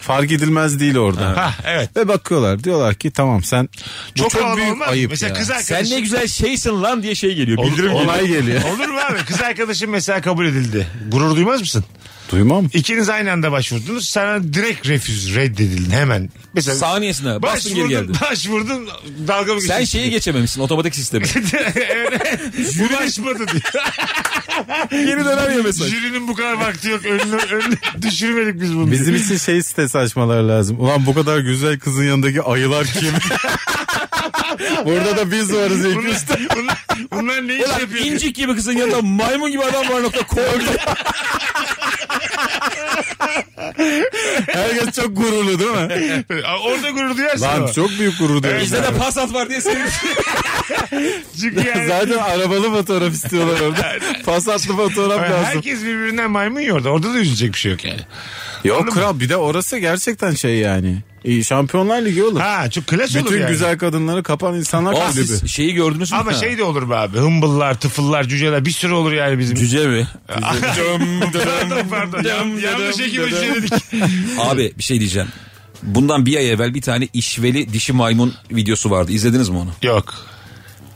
E: fark edilmez değil orada.
C: Ha
D: Ah,
C: evet.
E: Ve bakıyorlar diyorlar ki tamam sen bu
C: Çok,
E: çok,
C: havalı
E: büyük
C: olmaz.
E: ayıp
C: Mesela
E: ya.
C: kız
D: Sen
C: arkadaşım.
D: ne güzel şeysin lan diye şey geliyor. Bildirim geliyor.
E: Olay geliyor.
C: Olur mu abi? Kız arkadaşım mesela kabul edildi. Gurur duymaz mısın?
E: Duymam.
C: İkiniz aynı anda başvurdunuz. Sana direkt refüz reddedildin hemen. Mesela
D: Saniyesine bastın geri geldi.
C: Başvurdun dalga mı
D: Sen
C: geçiyorsun?
D: şeyi geçememişsin otomatik sistemi.
C: Şey evet. Ulaşmadı diyor.
D: Geri döner ya mesaj.
C: Jürinin bu kadar vakti yok. Önünü, önünü düşürmedik biz bunu.
E: Bizim için şey sitesi açmalar lazım. Ulan bu kadar güzel kızın yanındaki ayılar kim? Burada da biz varız ilk
C: bunlar,
E: üç.
C: bunlar, bunlar ne iş
D: Ulan
C: yapıyor?
D: incik gibi kızın yanında maymun gibi adam var nokta koy.
E: Herkes çok gururlu değil mi?
C: Aa, Orada gurur duyarsın
E: Lan
C: ama.
E: çok büyük gurur duyuyorum.
D: Bizde de pasat var diye senin.
C: Çünkü yani
E: Zaten arabalı fotoğraf istiyorlar orada. Pasatlı fotoğraf lazım.
C: herkes birbirinden maymun yiyor orada. Orada da üzülecek bir şey yok yani.
E: Yok kral bir de orası gerçekten şey yani. İyi, Şampiyonlar Ligi olur.
C: Ha çok klas olur
E: Bütün
C: yani. Oh,
E: güzel kadınları kapan insanlar
D: Aa,
E: kulübü.
D: siz şeyi gördünüz mü?
C: Ama
D: Ha.
C: şey de olur be abi. Hımbıllar, tıfıllar, cüceler bir sürü olur yani bizim.
D: Cüce mi?
C: pardon pardon. Yan, yanlış ekibe cüce dedik.
D: Abi bir şey diyeceğim. Bundan bir ay evvel bir tane işveli dişi maymun videosu vardı. İzlediniz mi onu?
C: Yok.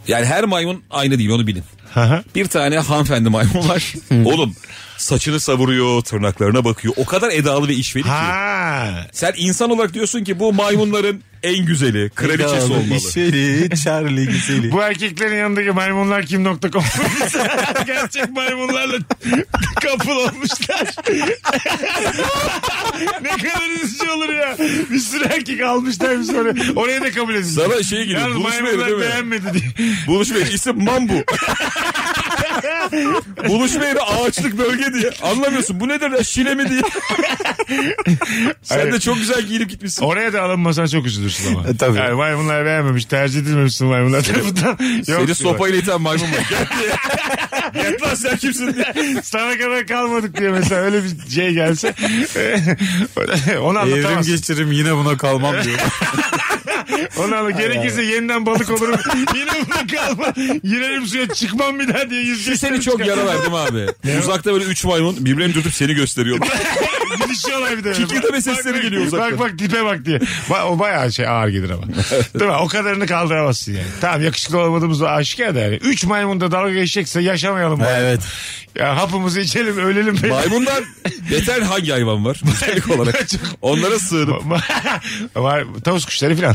D: Yani her maymun aynı değil onu bilin.
C: hı.
D: bir tane hanımefendi maymun var. Oğlum saçını savuruyor, tırnaklarına bakıyor. O kadar edalı ve işveli ki.
C: Ha.
D: Sen insan olarak diyorsun ki bu maymunların en güzeli, kraliçesi olmalı.
E: İşeli, Charlie güzeli.
C: Bu erkeklerin yanındaki maymunlar kim.com Gerçek maymunlarla kapıl olmuşlar. ne kadar üzücü olur ya. Bir sürü erkek almışlar bir sonra. Oraya da kabul edilmiş.
D: Sana şey geliyor,
C: Yalnız
D: buluşma yeri
C: maymunlar
D: değil mi?
C: beğenmedi diye.
D: Buluşma isim Mambu. Buluşma yeri ağaçlık bölge diye. Anlamıyorsun bu nedir ya şile mi diye. Sen de çok güzel giyinip gitmişsin.
C: Oraya da alınmasan çok üzülürsün ama.
E: E, tabii.
C: Yani maymunlar beğenmemiş. Tercih edilmemişsin maymunlar tarafından. Yok
D: Seni
C: diyorlar.
D: sopayla iten maymun mu? Yat lan sen kimsin diye.
C: Sana kadar kalmadık diye mesela öyle bir şey gelse. e, onu
E: Evrim
C: anlatamazsın.
E: geçirim yine buna kalmam diyor.
C: Onu anla. Gerekirse yeniden balık olurum. Yine buna kalma. Girerim suya çıkmam bir daha diye yüzgeçlerim.
D: Seni çok yara verdim abi. Uzakta böyle üç maymun birbirlerini dürtüp seni gösteriyorlar.
C: Gidişiyorlar bir de.
D: Kikirteme sesleri
C: Bak,
D: geliyor uzaktan.
C: Bak bak tipe bak diye. Ba- o bayağı şey ağır gelir ama. Değil mi? O kadarını kaldıramazsın yani. Tamam yakışıklı olmadığımız da aşikar da yani. Üç maymunda dalga geçecekse yaşamayalım. bari.
E: evet.
C: Ya hapımızı içelim ölelim.
D: Maymundan beter hangi hayvan var? Güzellik olarak. Onlara sığınıp.
C: Var, tavus kuşları falan.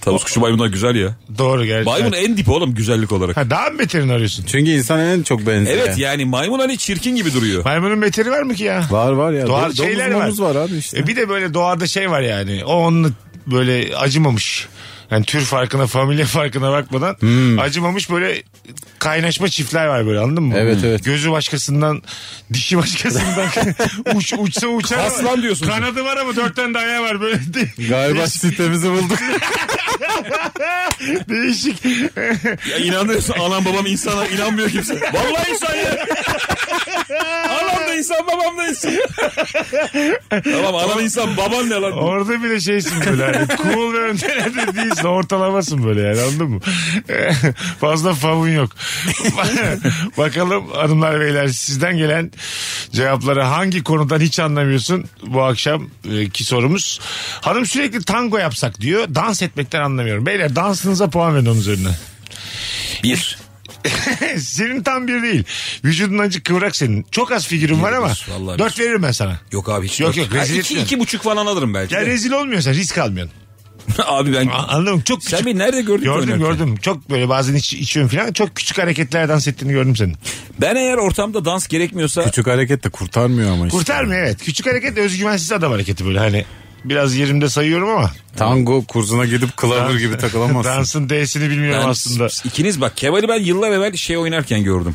D: Tavus kuşu maymunlar güzel ya.
C: Doğru gerçekten.
D: Maymun en dipi oğlum güzellik olarak.
C: Ha, daha mı beterini arıyorsun?
E: Çünkü insan en çok benziyor.
D: Evet yani maymun hani çirkin gibi duruyor.
C: Maymunun beteri var mı ki ya?
E: Var var ya.
C: Doğal
E: Do-
C: şeyler
E: domuz
C: var.
E: momuz var abi işte.
C: E bir de böyle doğada şey var yani. O onun böyle acımamış. Yani tür farkına, familya farkına bakmadan
E: Hmm.
C: acımamış böyle kaynaşma çiftler var böyle anladın mı?
E: Evet, evet.
C: Gözü başkasından, dişi başkasından uç, uçsa uçar ama
D: Aslan diyorsun.
C: Kanadı var ama dört tane de ayağı var böyle. De-
E: Galiba sitemizi bulduk.
C: değişik.
D: Ya inanıyorsun anam babam insana inanmıyor kimse. Vallahi insan ya. anam da insan babam da insan. tamam anam insan baban ne lan?
C: Orada bile şeysin böyle hani cool ve öndelerde değilsin ortalamasın böyle yani anladın mı? Fazla favun yok. Bakalım hanımlar beyler sizden gelen cevapları hangi konudan hiç anlamıyorsun bu akşam e, ki sorumuz. Hanım sürekli tango yapsak diyor dans etmekten anlamıyorum. Beyler dansınıza puan verin onun üzerine.
D: Bir.
C: senin tam bir değil. Vücudun acı kıvrak senin. Çok az figürün var ama
D: vallahi şey.
C: dört veririm ben sana.
D: Yok abi hiç.
C: Yok, yok,
D: Ha,
C: rezil
D: iki,
C: etmiyorum.
D: iki buçuk falan alırım belki.
C: Ya
D: de.
C: rezil olmuyorsan risk almıyorsun.
D: abi ben.
C: A- Anladın mı? Çok küçük
D: Sen beni nerede gördün? ki
C: Gördüm
D: oynarken?
C: gördüm. Çok böyle bazen iç, içiyorum falan. Çok küçük hareketler dans ettiğini gördüm senin.
D: Ben eğer ortamda dans gerekmiyorsa
E: Küçük hareket de kurtarmıyor ama işte.
C: Kurtar mı? Evet. Küçük hareket de özgüvensiz adam hareketi böyle hani. Biraz yerimde sayıyorum ama
E: Tango kursuna gidip klavur gibi takılamazsın.
C: dansın D'sini bilmiyorum
D: ben,
C: aslında.
D: ikiniz bak Kemal'i ben yıllar evvel şey oynarken gördüm.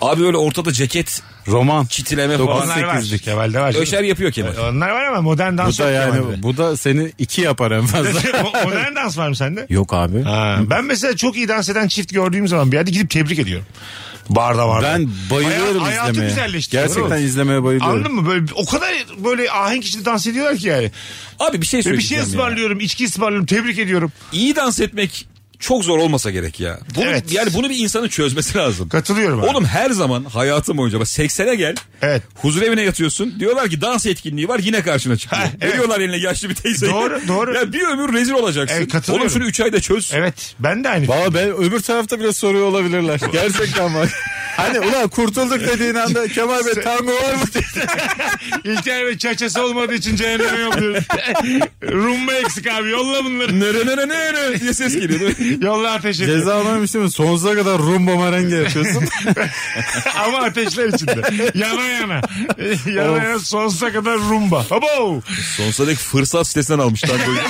D: Abi böyle ortada ceket
E: Roman.
D: çitileme
E: Dokuz
D: falan.
C: Onlar var.
E: 18'lik.
C: Kemal'de var.
D: Öşer yapıyor Kemal.
C: Onlar var ama modern
E: Bu
C: dans
E: da
C: yok
E: yani
C: Kemal'de.
E: bu da seni iki yapar en fazla.
C: Mo- modern dans var mı sende?
E: Yok abi.
C: Ha, ben mesela çok iyi dans eden çift gördüğüm zaman bir yerde gidip tebrik ediyorum. Barda barda.
E: Ben bayılıyorum
C: Hayat- hayatı
E: izlemeye.
C: güzelleştiriyor,
E: Gerçekten
C: değil mi?
E: izlemeye bayılıyorum.
C: Anladın mı? Böyle o kadar böyle ahenk içinde dans ediyorlar ki yani.
D: Abi bir şey
C: Ve
D: söyleyeceğim.
C: bir şey
D: ya.
C: ısmarlıyorum, içki ısmarlıyorum, tebrik ediyorum.
D: iyi dans etmek çok zor olmasa gerek ya. Bunu,
C: Evet.
D: Yani bunu bir insanın çözmesi lazım.
C: Katılıyorum abi.
D: Oğlum her zaman hayatım boyunca bak 80'e gel.
C: Evet.
D: Huzur evine yatıyorsun. Diyorlar ki dans etkinliği var yine karşına çıkıyor.
C: Ha, evet.
D: Veriyorlar eline yaşlı bir teyze.
C: Doğru, doğru.
D: Ya bir ömür rezil olacaksın.
C: Evet, katılıyorum.
D: Oğlum şunu 3 ayda çöz.
C: Evet ben de aynı.
E: Valla ben öbür tarafta bile soruyor olabilirler. Gerçekten var. Hani ulan kurtulduk dediğin anda Kemal Bey tango var mı diye.
C: İlker ve çaçası olmadığı için cehenneme yolluyoruz. Rumba eksik abi yolla bunları.
D: Nere nere nere diye ses geliyor. değil mi?
C: Yolla ateşe.
E: Ceza almamış değil mi? Sonsuza kadar rumba marenge yapıyorsun.
C: Ama ateşler içinde. Yana yana. yana yana sonsuza kadar rumba. Abo!
D: Sonsuza dek fırsat sitesinden almışlar. böyle.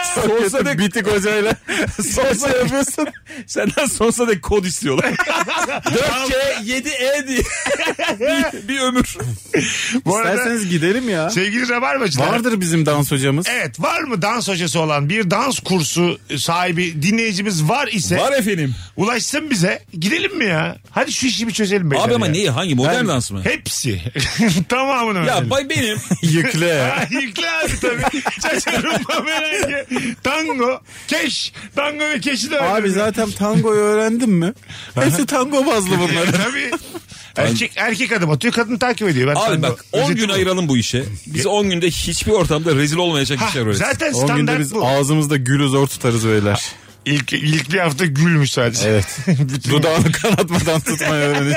E: Sonsuza dek bitik hocayla. Sonsuza yapıyorsun.
D: Senden sonsuza dek kod istiyorlar. 4K 7E E diye. bir, bir ömür.
C: Bu arada
E: İsterseniz gidelim ya.
C: sevgili Rabarbacılar.
E: Vardır bizim dans hocamız.
C: Evet var mı dans hocası olan bir dans kursu sahibi dinleyicimiz var ise
D: Var efendim.
C: ulaşsın bize. Gidelim mi ya? Hadi şu işi bir çözelim. beyler
D: Abi ama
C: ya.
D: neyi hangi modern dans mı?
C: Hepsi. Tamamını öğrenelim.
D: Ya bay benim
E: Yükle.
C: Ha, Yükle abi tabii. Şaşırın bumerang'i. Tango, keş. Tango ve keşi de öyle.
E: Abi zaten tangoyu öğrendin mi? Hepsi tango bazlı bunlar.
C: tabii. Erkek, erkek adım atıyor kadın takip ediyor. Ben
D: Abi
C: tango-
D: bak 10 gün
C: Özetim bu.
D: ayıralım bu işe. Biz 10 günde hiçbir ortamda rezil olmayacak
C: Ha,
D: işler öğretsin.
C: Ah, zaten
E: 10 günde
C: standart
E: biz
C: bu.
E: ağzımızda gülü zor tutarız beyler.
C: İlk, ilk bir hafta gülmüş sadece.
E: Evet.
C: Bütün-
E: Dudağını kanatmadan tutmayı öğrenir.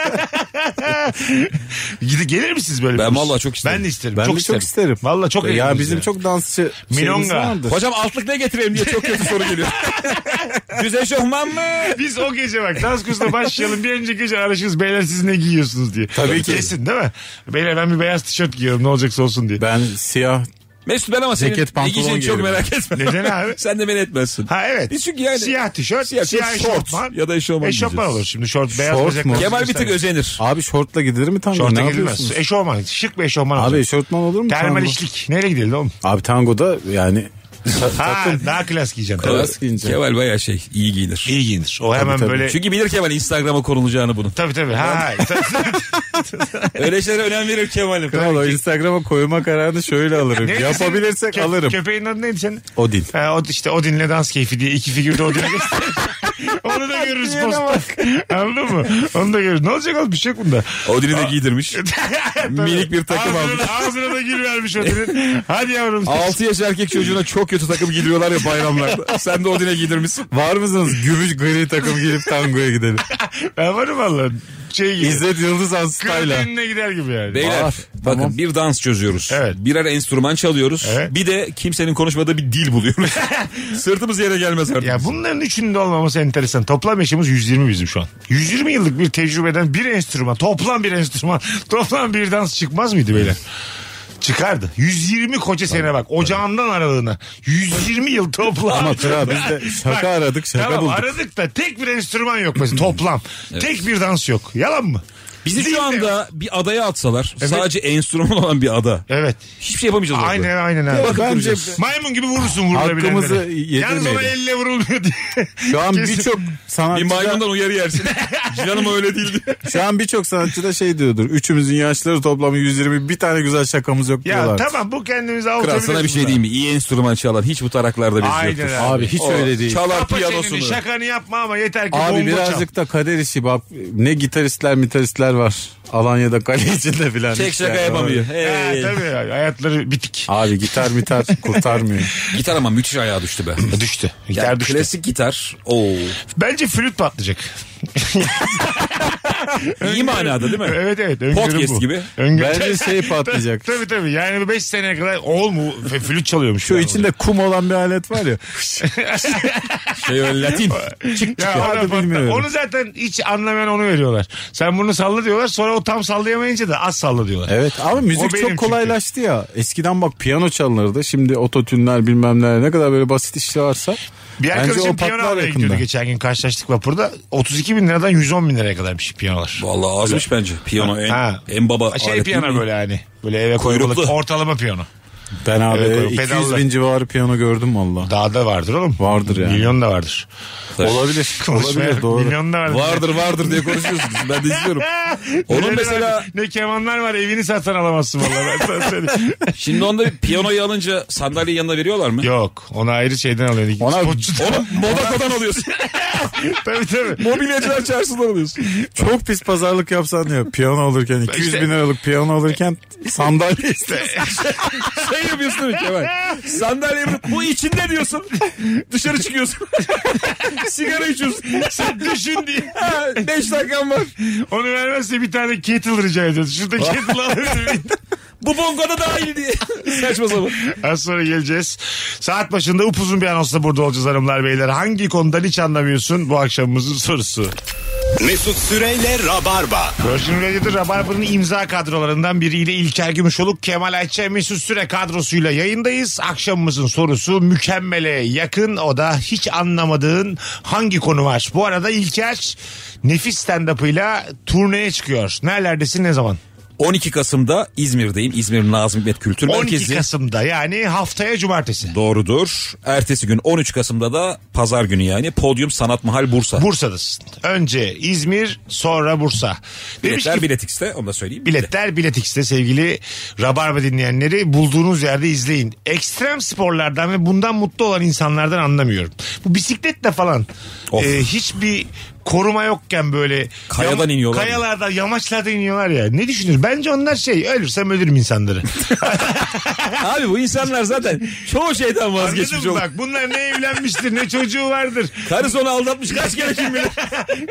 C: Gide- gelir misiniz böyle?
D: Ben
C: bir-
D: vallahi çok isterim.
C: Ben de isterim.
E: Ben
C: çok
E: de
C: isterim.
E: çok isterim.
C: Vallahi çok
E: Ya
C: eğleniriz
E: bizim
C: ya.
E: çok dansçı şeyimiz
C: Milonga.
E: vardır.
D: Hocam altlık ne getireyim diye çok kötü soru geliyor. Düz eşofman mı?
C: Biz o gece bak dans kursuna başlayalım. Bir önceki gece araşırız. Beyler siz ne giyiyorsunuz diye.
E: Tabii ki.
C: Kesin değil mi? Beyler ben bir beyaz tişört giyiyorum ne olacaksa olsun diye.
E: Ben siyah
D: Mesut ben ama senin
E: Ceket, pantolon
D: ilgicini çok
E: giyerim.
D: merak etme.
C: Neden abi?
D: Sen de beni etmezsin.
C: Ha evet.
D: Biz çünkü yani-
C: siyah tişört, siyah,
D: Siyah
C: siyah
D: tişört, short
C: eşofman.
D: ya da eşofman
C: Eşofman
D: giyeceğiz.
C: olur şimdi. Şort, beyaz
E: Short
C: bacak.
E: mu?
D: Kemal bir tık özenir.
E: Abi şortla gidilir mi tango?
C: Şorta
E: ne
C: gidilmez.
E: yapıyorsunuz?
C: Eşofman. Şık bir eşofman
E: Abi
C: olacak.
E: eşortman olur mu
C: Termal
E: tango?
C: işlik. Nereye gidelim oğlum?
E: Abi tangoda yani ta-
C: Ha,
E: takım.
C: daha klas giyeceğim. Tabii.
E: Klas giyince.
D: Kemal baya şey iyi giyinir.
C: İyi giyinir. O şey- hemen
E: tabii.
C: böyle...
D: Çünkü bilir Kemal Instagram'a konulacağını bunun.
C: Tabii tabii. Ha, ha.
D: Öyle şeylere önem verir Kemal'im.
E: Kral o Instagram'a koyma kararını şöyle alırım.
C: Neydi senin
E: Yapabilirsek
C: kö-
E: alırım.
C: Köpeğin adı neydi senin?
E: O değil.
C: Ha, o, işte Odin'le dans keyfi diye iki figürde Odin'e gösterir. Onu da görürüz posta. Anladın mı? Onu da görürüz. Ne olacak oğlum? Bir şey yok bunda.
D: Odin'i de giydirmiş. Minik bir takım almış.
C: Ağzına, ağzına da gül vermiş Odin'in. Hadi yavrum.
D: 6 yaş erkek çocuğuna çok kötü takım giydiriyorlar ya bayramlarda. Sen de Odin'e giydirmişsin.
E: Var mısınız? Gümüş gri takım giyip tangoya gidelim.
C: Ben varım valla. Şey gibi.
E: İzzet Yıldız Aslı'yla.
C: Kırkınına gider gibi yani.
D: Beyler
E: Var,
D: bakın
E: tamam.
D: bir dans çözüyoruz.
C: Evet.
D: Birer enstrüman çalıyoruz.
C: Evet.
D: Bir de kimsenin konuşmadığı bir dil buluyoruz. Sırtımız yere gelmez artık.
C: Ya bunların üçünün de olmaması enteresan. Toplam yaşımız 120 bizim şu an. 120 yıllık bir tecrübeden bir enstrüman, toplam bir enstrüman, toplam bir dans çıkmaz mıydı beyler? Çıkardı. 120 koca sene bak. Ocağından aralığına. 120 yıl toplam.
E: Ama kral biz de şaka
C: Bak,
E: aradık şaka
C: tamam,
E: bulduk.
C: aradık da tek bir enstrüman yok mesela toplam. Tek bir dans yok. Yalan mı?
D: Bizi
C: Değil de-
D: şu anda bir adaya atsalar
C: Evet.
D: sadece enstrüman olan bir ada.
C: Evet.
D: Hiçbir şey yapamayacağız orada.
C: Aynen aynen abi.
E: Bence
C: Maymun gibi vurursun vurulabilenlere.
E: Hakkımızı
C: Yalnız ona
E: yedirmeyelim.
C: elle vurulmuyor diye.
E: Şu an
C: Kesin.
E: birçok
D: Bir
E: sanatçıda
D: maymundan uyarı yersin. Canım öyle değildi.
E: Şu an birçok sanatçı da şey diyordur. Üçümüzün yaşları toplamı 120. Bir tane güzel şakamız yok
C: Ya
E: diyorlar.
C: tamam bu kendimizi
D: Kral
C: avutabiliriz.
D: sana bir şey diyeyim mi? İyi enstrüman çalar. Hiç bu taraklarda biz
C: Aynen
D: yoktur.
C: abi.
E: Abi hiç
D: O
E: öyle değil.
D: Çalar
C: Kapa
D: piyanosunu.
C: çeneni şakanı yapma ama yeter ki
E: Abi
C: bongo
E: birazcık da kader işi bak ne gitaristler mitaristler var. Alanya'da kale içinde filan.
D: Tek
E: işte.
D: şaka yapamıyor.
C: çal. Ha,
D: Hey.
C: tabii abi, hayatları bitik.
E: Abi gitar mitar kurtarmıyor.
D: Gitar ama müthiş ayağa düştü be.
C: Düştü.
D: Yani
C: Gitar düştü.
D: Klasik gitar. Oo.
C: Bence flüt patlayacak.
D: İyi manada değil mi?
C: Evet evet. öngörüm
D: Podcast
C: bu.
D: gibi.
C: Öngörüm-
E: Bence şey patlayacak.
C: tabii tabii. Yani 5 seneye kadar oğul mu F- flüt çalıyormuş.
E: Şu içinde kum olan bir alet var ya.
D: Şey öyle Latin.
C: çık
E: çık- Hadi bilmiyorum.
C: Onu zaten hiç anlamayan onu veriyorlar. Sen bunu salla diyorlar. Sonra o tam sallayamayınca da az salla diyorlar.
E: Evet ama
C: O
E: müzik
C: benim
E: çok
C: çünkü.
E: kolaylaştı ya. Eskiden bak piyano çalınırdı. Şimdi ototünler bilmem neler ne kadar böyle basit işler varsa.
C: Bir
E: bence
C: arkadaşım
E: o
C: piyano
E: patlar
C: almaya gidiyordu
E: yakında.
C: geçen gün karşılaştık vapurda. 32 bin liradan 110 bin liraya kadarmış piyanolar.
D: Vallahi azmış bence. Piyano en,
C: Ha.
D: en baba
C: Şey
D: alet değil
C: piyano
D: mi?
C: böyle hani. Böyle eve
D: Kuyruklu.
C: koyuluk ortalama piyano.
E: Ben abi
C: Evet, evet,
E: 200
C: pedallı.
E: bin civarı piyano gördüm valla.
C: Dağda vardır oğlum.
E: Vardır yani.
C: Milyon da vardır.
D: Tabii.
E: Olabilir.
C: Konuşmaya-
E: Olabilir doğru.
C: Milyon da vardır.
D: Vardır vardır diye konuşuyorsunuz. Ben de izliyorum. Onun
C: Neler
D: mesela
C: var, ne kemanlar var evini satsan alamazsın vallahi ben sana söyleyeyim.
D: şimdi onda bir piyanoyu alınca sandalyeyi yanına veriyorlar mı?
C: Yok onu ayrı şeyden alıyorsun.
E: Ona-
C: Spotçudan.
D: Onu Modako'dan alıyorsun.
C: tabii tabii.
D: Mobilyacılar çarşısından alıyorsun.
E: Çok pis pazarlık yapsan ya. Piyano alırken 200
C: İşte-
E: bin liralık piyano alırken sandalye ister.
D: Şey yapıyorsun değil mi Kemal? Sandalyeyi bırak- bu içinde diyorsun. Dışarı çıkıyorsun. Sigara içiyorsun.
C: Sen düşün diye.
D: 5 dakikam var.
C: Onu vermezse bir tane kettle rica ediyoruz. Şurada kettle alır.
D: Bu bongoda dahil diye. Saçma sapan.
C: Az sonra geleceğiz. Saat başında upuzun bir anonsla burada olacağız hanımlar beyler. Hangi konudan hiç anlamıyorsun bu akşamımızın sorusu.
B: Mesut Süreyle Rabarba.
C: Virgin Radio'da Rabarba'nın imza kadrolarından biriyle İlker Gümüşoluk, Kemal Ayça, Mesut Süre kadrosuyla yayındayız. Akşamımızın sorusu mükemmele yakın. O da hiç anlamadığın hangi konu var? Bu arada İlker nefis stand-up'ıyla turneye çıkıyor. Nerelerdesin ne zaman?
D: 12 Kasım'da İzmir'deyim. İzmir Nazım Hikmet Kültür
C: 12
D: Merkezi.
C: Kasım'da yani haftaya cumartesi.
D: Doğrudur. Ertesi gün 13 Kasım'da da pazar günü yani Podyum Sanat Mahal Bursa.
C: Bursa'dasın. Önce İzmir sonra Bursa. Demiş
D: Biletler
C: ki
D: Bilet X'te onu da söyleyeyim.
C: Biletler Bilet X'te sevgili Rabarba dinleyenleri bulduğunuz yerde izleyin. Ekstrem sporlardan ve bundan mutlu olan insanlardan anlamıyorum. Bu bisikletle falan
D: Of.
C: e, hiçbir koruma yokken böyle
D: Kayadan
C: yama-
D: iniyorlar mı?
C: Kayalardan, yamaçlardan iniyorlar ya. Ne düşünür? Bence onlar şey ölürsem ölürüm insanları.
D: Abi bu insanlar zaten çoğu şeyden vazgeçmiş
C: Anladın mı?
D: olur.
C: Bak bunlar ne evlenmiştir ne çocuğu vardır.
D: Karısı onu aldatmış kaç kere kim bilir.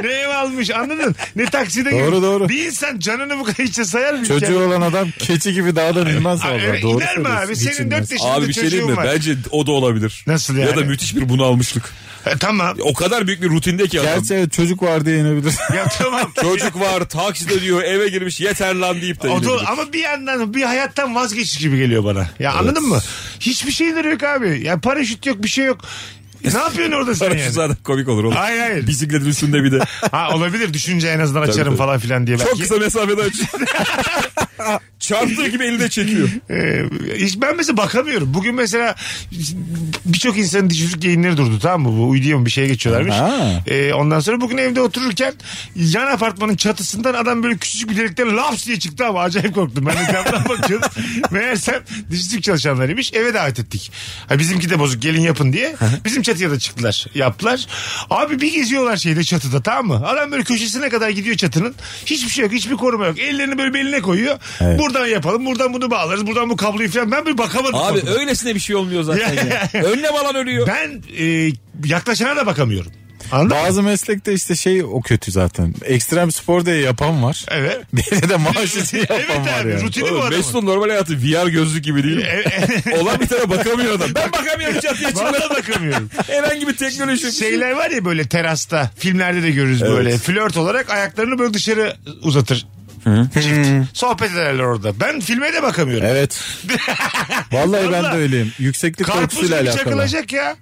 C: ne ev almış anladın? Ne takside
E: Doğru,
C: girmiş.
E: doğru.
C: Bir insan canını bu kadar içe sayar mı?
E: Çocuğu olan adam keçi gibi dağdan inmez
C: Aa,
E: valla.
C: evet,
E: Doğru
C: iner mi
E: söylüyorsun.
C: abi?
E: Hiç
C: Senin
E: inmez.
C: dört yaşında
D: Abi bir şey diyeyim
C: çocuğun
D: mi?
C: var.
D: Bence o da olabilir.
C: Nasıl yani?
D: Ya da müthiş bir bunalmışlık.
C: E, tamam.
D: O kadar büyük bir rutinde ki adam.
E: Gerçi evet, çocuk var diye inebilir.
C: Ya tamam.
D: Çocuk var takside diyor eve girmiş yeter lan deyip de
C: O da-
D: gidebilir.
C: ama bir yandan bir hayattan vazgeçiş gibi geliyor bana. Ya anladın mı? Hiçbir şeyleri yok abi. Ya paraşüt yok bir şey yok. Ne yapıyorsun orada sen
D: Paraşüt
C: yani?
D: zaten komik olur oğlum.
C: Hayır, hayır.
D: Bisikletin üstünde bir de.
C: Ha olabilir düşünce en azından açarım
D: tabii.
C: falan filan diye.
D: Çok
C: Belki.
D: kısa mesafede açıyor. Çarptığı gibi elinde çekiyor.
C: Ee, hiç ben mesela bakamıyorum. Bugün mesela birçok insanın dijitik yayınları durdu tamam mı? Bu uyduya mı bir şeye geçiyorlarmış.
E: Ha.
C: Ee, ondan sonra bugün evde otururken yan apartmanın çatısından adam böyle küçücük bir delikten laps diye çıktı ama acayip korktum. Ben de camdan bakıyordum. Meğersem dijitik çalışanlarıymış. Eve davet ettik. Ha, bizimki de bozuk gelin yapın diye. Bizim çatıya da çıktılar. Yaptılar. Abi bir geziyorlar şeyde çatıda tamam mı? Adam böyle köşesine kadar gidiyor çatının. Hiçbir şey yok. Hiçbir koruma yok. Ellerini böyle beline koyuyor. Buradan yapalım. Buradan bunu bağlarız. Buradan bu kabloyu falan. Ben bir bakamadım.
D: Abi
C: sonunda.
D: öylesine bir şey olmuyor zaten ya. Önlem alan ölüyor.
C: Ben e, yaklaşana da bakamıyorum. Anladın mı?
E: Bazı meslekte işte şey o kötü zaten. Ekstrem spor diye yapan var.
C: Evet.
E: Diğeri de maaş için yapan
C: evet
E: var
C: abi.
E: yani.
C: Rutini bu
D: Oğlum,
C: adamın.
D: Mesut'un normal hayatı VR gözlük gibi değil.
C: E-
D: Olan bir tane bakamıyor adam. Ben bakamıyorum çatıya
C: Vallahi
D: çıkmadan.
C: bakamıyorum.
D: Herhangi bir teknoloji yok.
C: Şeyler var ya böyle terasta filmlerde de görürüz böyle flört olarak ayaklarını böyle dışarı uzatır. Çift. Sohbet ederler orada. Ben filme de bakamıyorum.
E: Evet. Vallahi ben de öyleyim. Yükseklik
C: Karpuz
E: korkusuyla
C: gibi
E: alakalı.
C: çakılacak ya.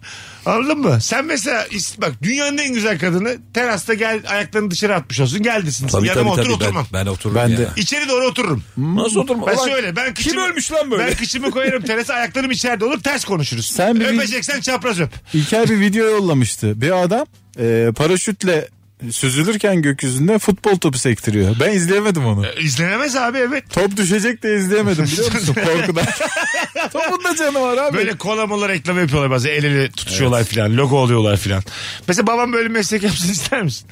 C: Anladın mı? Sen mesela is- bak dünyanın en güzel kadını terasta gel ayaklarını dışarı atmış olsun gel desin. Yanıma otur oturmam.
D: Ben, otururum
E: Ben
D: ya.
E: de-
C: İçeri doğru otururum.
D: Nasıl oturmam?
C: Ben
D: Ulan
C: şöyle ben kıçımı,
D: Kim ölmüş lan böyle?
C: Ben kıçımı koyarım terasa ayaklarım içeride olur ters konuşuruz.
E: Sen bir-
C: Öpeceksen çapraz öp.
E: İlker bir video yollamıştı. Bir adam e, paraşütle süzülürken gökyüzünde futbol topu sektiriyor. Ben izleyemedim onu.
C: İzlenemez abi evet.
E: Top düşecek de izleyemedim biliyor musun? Korkudan. Topun da canı var abi.
C: Böyle kola mola reklam yapıyorlar bazen el ele tutuşuyorlar filan logo oluyorlar filan. Mesela babam böyle meslek yapsın ister misin?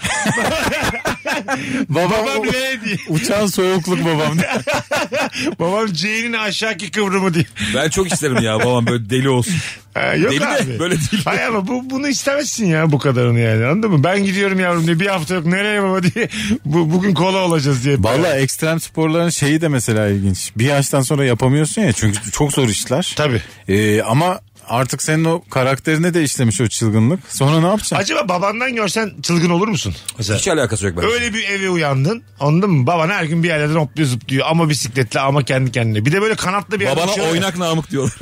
E: babam,
C: babam L diye.
E: uçan soğukluk babam.
C: Babam C'nin aşağıki kıvrımı diye.
D: Ben çok isterim ya babam böyle deli olsun.
C: Ha, yok
D: Deli de,
C: abi.
D: böyle değil.
C: Hayır ama bu, bunu istemezsin ya bu kadarını yani anladın mı? Ben gidiyorum yavrum diye bir hafta yok nereye baba diye. Bu, bugün kola olacağız diye.
E: Valla ekstrem sporların şeyi de mesela ilginç. Bir yaştan sonra yapamıyorsun ya çünkü çok zor işler.
C: Tabii.
E: E, ama artık senin o karakterine de işlemiş o çılgınlık. Sonra ne yapacaksın?
C: Acaba babandan görsen çılgın olur musun? Mesela.
D: Hiç alakası yok bence.
C: Öyle bir eve uyandın anladın mı? Baban her gün bir yerlerden hopluyor zıplıyor ama bisikletle ama kendi kendine. Bir de böyle kanatlı bir şey adam
D: Babana
C: uçuyor ya.
D: oynak namık diyorlar.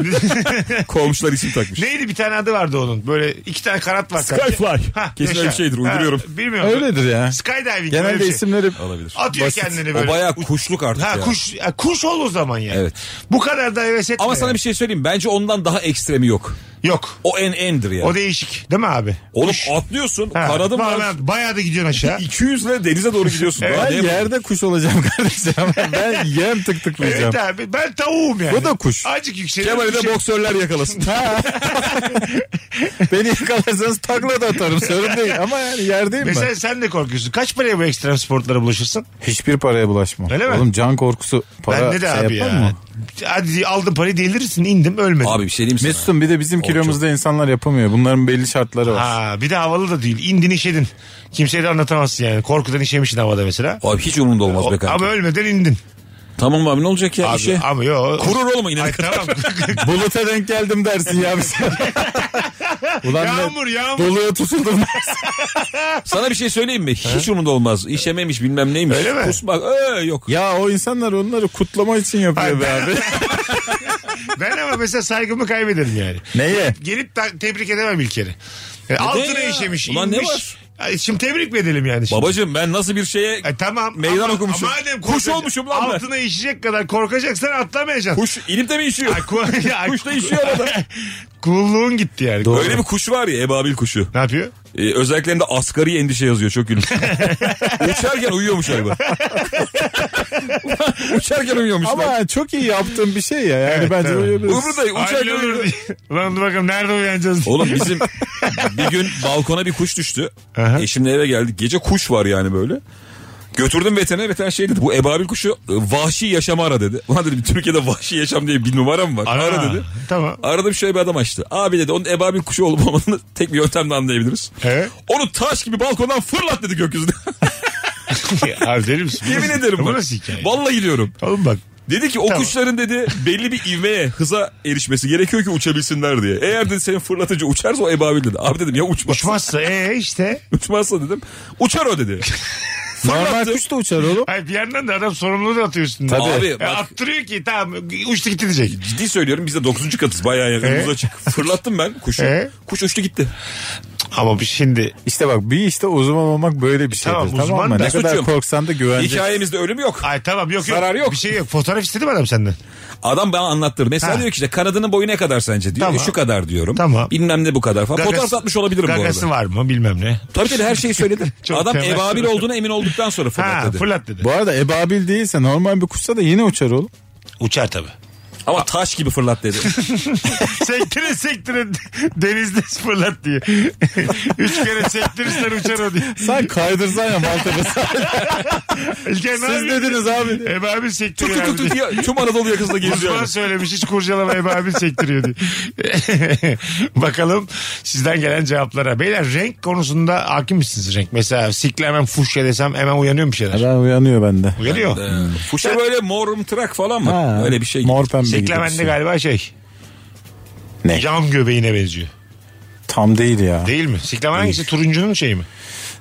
D: Komşular isim takmış.
C: Neydi bir tane adı vardı onun. Böyle iki tane kanat var.
D: Skyfly.
C: Ha,
D: Kesin öyle bir
C: yaşa.
D: şeydir, uyduruyorum.
C: Ha, bilmiyorum.
E: Öyledir ya.
C: Skydiving. öyle bir
E: Genelde
C: şey.
E: isimleri
D: Olabilir.
C: Atıyor
E: basit.
C: kendini böyle.
D: O bayağı kuşluk artık
C: Ha,
D: ya.
C: kuş, ya kuş ol o zaman ya.
D: Evet.
C: Bu kadar da heves etme.
D: Ama sana bir şey söyleyeyim. Bence ondan daha ekstremi yok.
C: Yok.
D: O en endir ya.
C: O değişik. Değil mi abi?
D: Oğlum atlıyorsun.
C: Ha,
D: Kanadım
C: ba-
D: var.
C: ba- Bayağı da gidiyorsun aşağı.
D: 200 ile denize doğru gidiyorsun.
C: Evet.
D: Daha
E: Ben
D: ne yapayım?
E: yerde kuş olacağım kardeşim. Ben yem tık tıklayacağım.
C: evet abi. Ben tavuğum yani.
E: Bu da kuş.
C: Azıcık yükselir.
D: Kemal'i de
C: düşer.
D: boksörler yakalasın.
E: Ha. Beni yakalarsanız takla da atarım. Sorun değil ama yani yerdeyim
C: Mesela
E: ben.
C: E, sen de korkuyorsun. Kaç paraya bu ekstrem sportlara bulaşırsın?
E: Hiçbir paraya bulaşmam.
C: Öyle mi?
E: Oğlum can korkusu para
C: ben de de
E: şey
C: abi
E: yapar
C: ya.
E: mı?
C: Hadi aldım parayı delirirsin indim ölmedim.
D: Abi bir şey diyeyim sana.
E: Mesut'um bir de bizim
D: Oğlum
E: kilomuzda insanlar yapamıyor. Bunların belli şartları var.
C: Ha, bir de havalı da değil. İndin işedin. Kimseye de anlatamazsın yani. Korkudan işemişsin havada mesela.
D: Abi hiç umurumda olmaz be
C: O- ama
D: kanka.
C: ölmeden indin.
D: Tamam abi ne olacak ya
C: Abi,
D: işe?
C: Ama yo.
D: Kurur olma yine.
C: Ay, tamam.
E: Buluta denk geldim dersin ya. biz. Ulan ne-
C: yağmur yağmur.
E: Doluya tutuldum.
D: Sana bir şey söyleyeyim mi? Hiç umurumda olmaz. İşememiş bilmem neymiş.
C: Öyle mi?
D: Kusmak. Ee, yok.
E: ya o insanlar onları kutlama için yapıyor be abi.
C: Ben ama mesela saygımı kaybederim yani.
E: Neye?
C: Gelip ta- tebrik edemem İlker'i. Yani altına
D: ya?
C: işemiş.
D: Ulan ne
C: inmiş.
D: var?
C: Ay, şimdi tebrik mi edelim yani? Şimdi?
D: Babacım ben nasıl bir şeye
C: Ay, tamam.
D: meydan
C: Ama-
D: okumuşum.
C: Madem
D: Kuş
C: korkacak-
D: olmuşum lan ben.
C: Altına işecek kadar korkacaksan atlamayacaksın.
D: Kuş inip de mi işiyor?
C: Ay, ku- ya,
D: Kuş da işiyor arada.
C: Kulluğun gitti yani.
D: Öyle bir kuş var ya ebabil kuşu.
C: Ne yapıyor?
D: Ee, özelliklerinde asgari endişe yazıyor çok gülmüş. Uçarken uyuyormuş galiba. Uçarken uyuyormuş.
E: Ama
D: lan.
E: yani çok iyi yaptığın bir şey ya. Yani bence
C: evet.
E: uyuyabilirsin.
D: Umurumda değil, uçarken
C: Ay, olur
D: uyuyor.
C: diye. Lan dur bakalım nerede uyanacağız?
D: Oğlum bizim bir gün balkona bir kuş düştü.
C: Aha.
D: Eşimle eve geldik. Gece kuş var yani böyle. Götürdüm veteriner veteriner şey dedi bu ebabil kuşu e, vahşi yaşamı ara dedi. Ulan dedim Türkiye'de vahşi yaşam diye bir numara mı var? Ara,
C: Aa,
D: dedi.
C: Tamam.
D: Aradım şöyle bir adam açtı. Abi dedi onun ebabil kuşu olup olmadığını tek bir yöntemle anlayabiliriz.
C: He?
D: Onu taş gibi balkondan fırlat dedi gökyüzüne.
C: Abi deli misin?
D: Yemin ederim
C: Bu
D: bak.
C: nasıl hikaye?
D: Vallahi diyorum.
C: Oğlum bak.
D: Dedi ki o
C: Tamam.
D: kuşların dedi belli bir ivmeye hıza erişmesi gerekiyor ki uçabilsinler diye. Eğer dedi senin fırlatıcı uçarsa o ebabil dedi. Abi dedim ya uçmaz.
C: Uçmazsa ee e, işte.
D: Uçmazsa dedim. Uçar o dedi.
E: Normal kuş da uçar oğlum.
C: Hayır bir yandan da adam sorumluluğu da atıyor üstüne.
E: Tabii.
D: Abi,
C: E,
D: bak-
C: attırıyor ki tamam uçtu gitti diyecek.
D: Ciddi söylüyorum biz de 9. katız bayağı yakınımız
C: Ee?
D: açık. Fırlattım ben kuşu.
C: Ee?
D: Kuş uçtu gitti.
C: Ama bir şimdi
E: İşte bak bir işte uzman olmak böyle bir şeydir.
C: Tamam,
E: Tamam,
C: uzman
E: mı?
C: ben
E: Ne kadar
D: suçum.
E: korksan da güvence.
D: Hikayemizde ölüm yok.
C: Ay tamam yok yok.
D: Zarar yok.
C: Bir şey yok. Fotoğraf istedi mi adam senden?
D: Adam bana anlattırdı. Mesela
C: Ha.
D: diyor ki işte kanadının boyu ne kadar sence diyor.
C: Tamam.
D: E, şu kadar diyorum.
C: Tamam.
D: Bilmem ne bu kadar falan.
C: Gagası-
D: Fotoğraf atmış olabilirim
C: Gagası
D: bu arada.
C: var mı bilmem ne.
D: Tabii tabii her şeyi söyledim.
C: Çok
D: Adam
C: temel
D: ebabil
C: soru.
D: olduğuna emin olduktan sonra
C: Ha
D: fırlat dedi.
C: fırlat dedi.
E: Bu arada ebabil değilse normal bir kuşsa da yine uçar oğlum.
C: Uçar tabii.
D: Ama taş gibi fırlat dedi.
C: sektire sektire denizde fırlat diye. Üç kere sektirirsen uçar o diye.
E: Sen kaydırsan ya Maltepe'si.
C: İlker ne
E: Siz
C: yapıyorsun? E,
E: dediniz abi. diye.
C: Ebu abi
D: Tut
C: sektiriyor
D: tut
C: abi
D: tut tut
C: diye.
D: diye tüm Anadolu yakasında
C: Uzman
D: geziyor.
C: söylemiş hiç kurcalama Ebu abi sektiriyor diye. Bakalım sizden gelen cevaplara. Beyler renk konusunda hakim misiniz renk? Mesela sikle hemen fuşya desem hemen uyanıyor bir şeyler.
E: Ben uyanıyor bende.
C: Uyanıyor.
D: Fuşa böyle morumtırak falan mı?
E: Ha,
D: Öyle bir şey. gibi.
E: Mor pembe gibi
C: Sikle
E: bir
C: bende
E: şey.
C: galiba şey.
E: Ne?
C: Cam göbeğine benziyor.
E: Tam değil ya.
C: Değil mi? Siklemen hangisi? Turuncunun şeyi mi?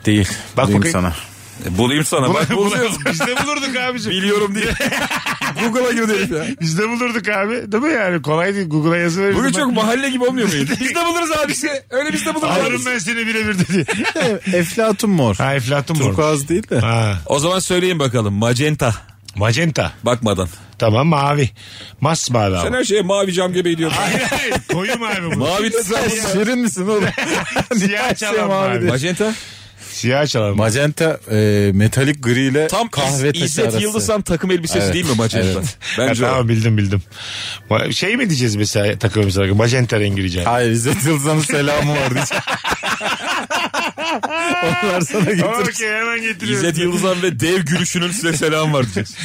E: Değil.
C: Bak
E: Bak
C: bakayım.
E: sana.
D: E, Bulayım sana. Bak buluyoruz.
C: Biz de bulurduk abiciğim.
D: Biliyorum diye. Google'a girdi herif ya.
C: Biz de bulurduk abi. Değil mi yani? Kolay değil. Google'a yazılır.
D: Bugün çok mahalle gibi olmuyor muydu? Biz de buluruz abisi. Öyle biz de
C: Alırım
D: buluruz.
C: ben seni birebir dedi.
E: Eflatun mor.
C: ha eflatun mu?
E: Turkuaz değil de.
C: Ha,
D: O zaman söyleyin bakalım. Magenta.
C: magenta.
D: Bakmadan.
C: Tamam mavi. Masmavi
D: Sen
C: abi.
D: her şeye mavi cam göbeği diyorsun.
C: Hayır hayır. Koyu mavi bu.
D: mavi de sen.
E: Şirin misin oğlum?
C: Siyah çalan mavi.
D: Magenta.
C: Siyah çalalım.
E: Magenta e, metalik gri ile
D: Tam
E: kahve
D: İz-
E: taşı
D: İzzet
E: arası.
D: Yıldızhan takım elbisesi
E: Evet.
D: değil mi Magenta?
E: Evet.
D: Bence
C: Ha,
D: o.
C: tamam bildim bildim. Ma- Şey mi diyeceğiz mesela takımımıza? Magenta rengi rica.
E: Hayır İzzet Yıldızhan'ın selamı var diyeceğim. Onlar sana getirir.
C: Okey hemen getiriyorum.
D: İzzet Yıldızhan ve dev gülüşünün size selam var diyeceğiz.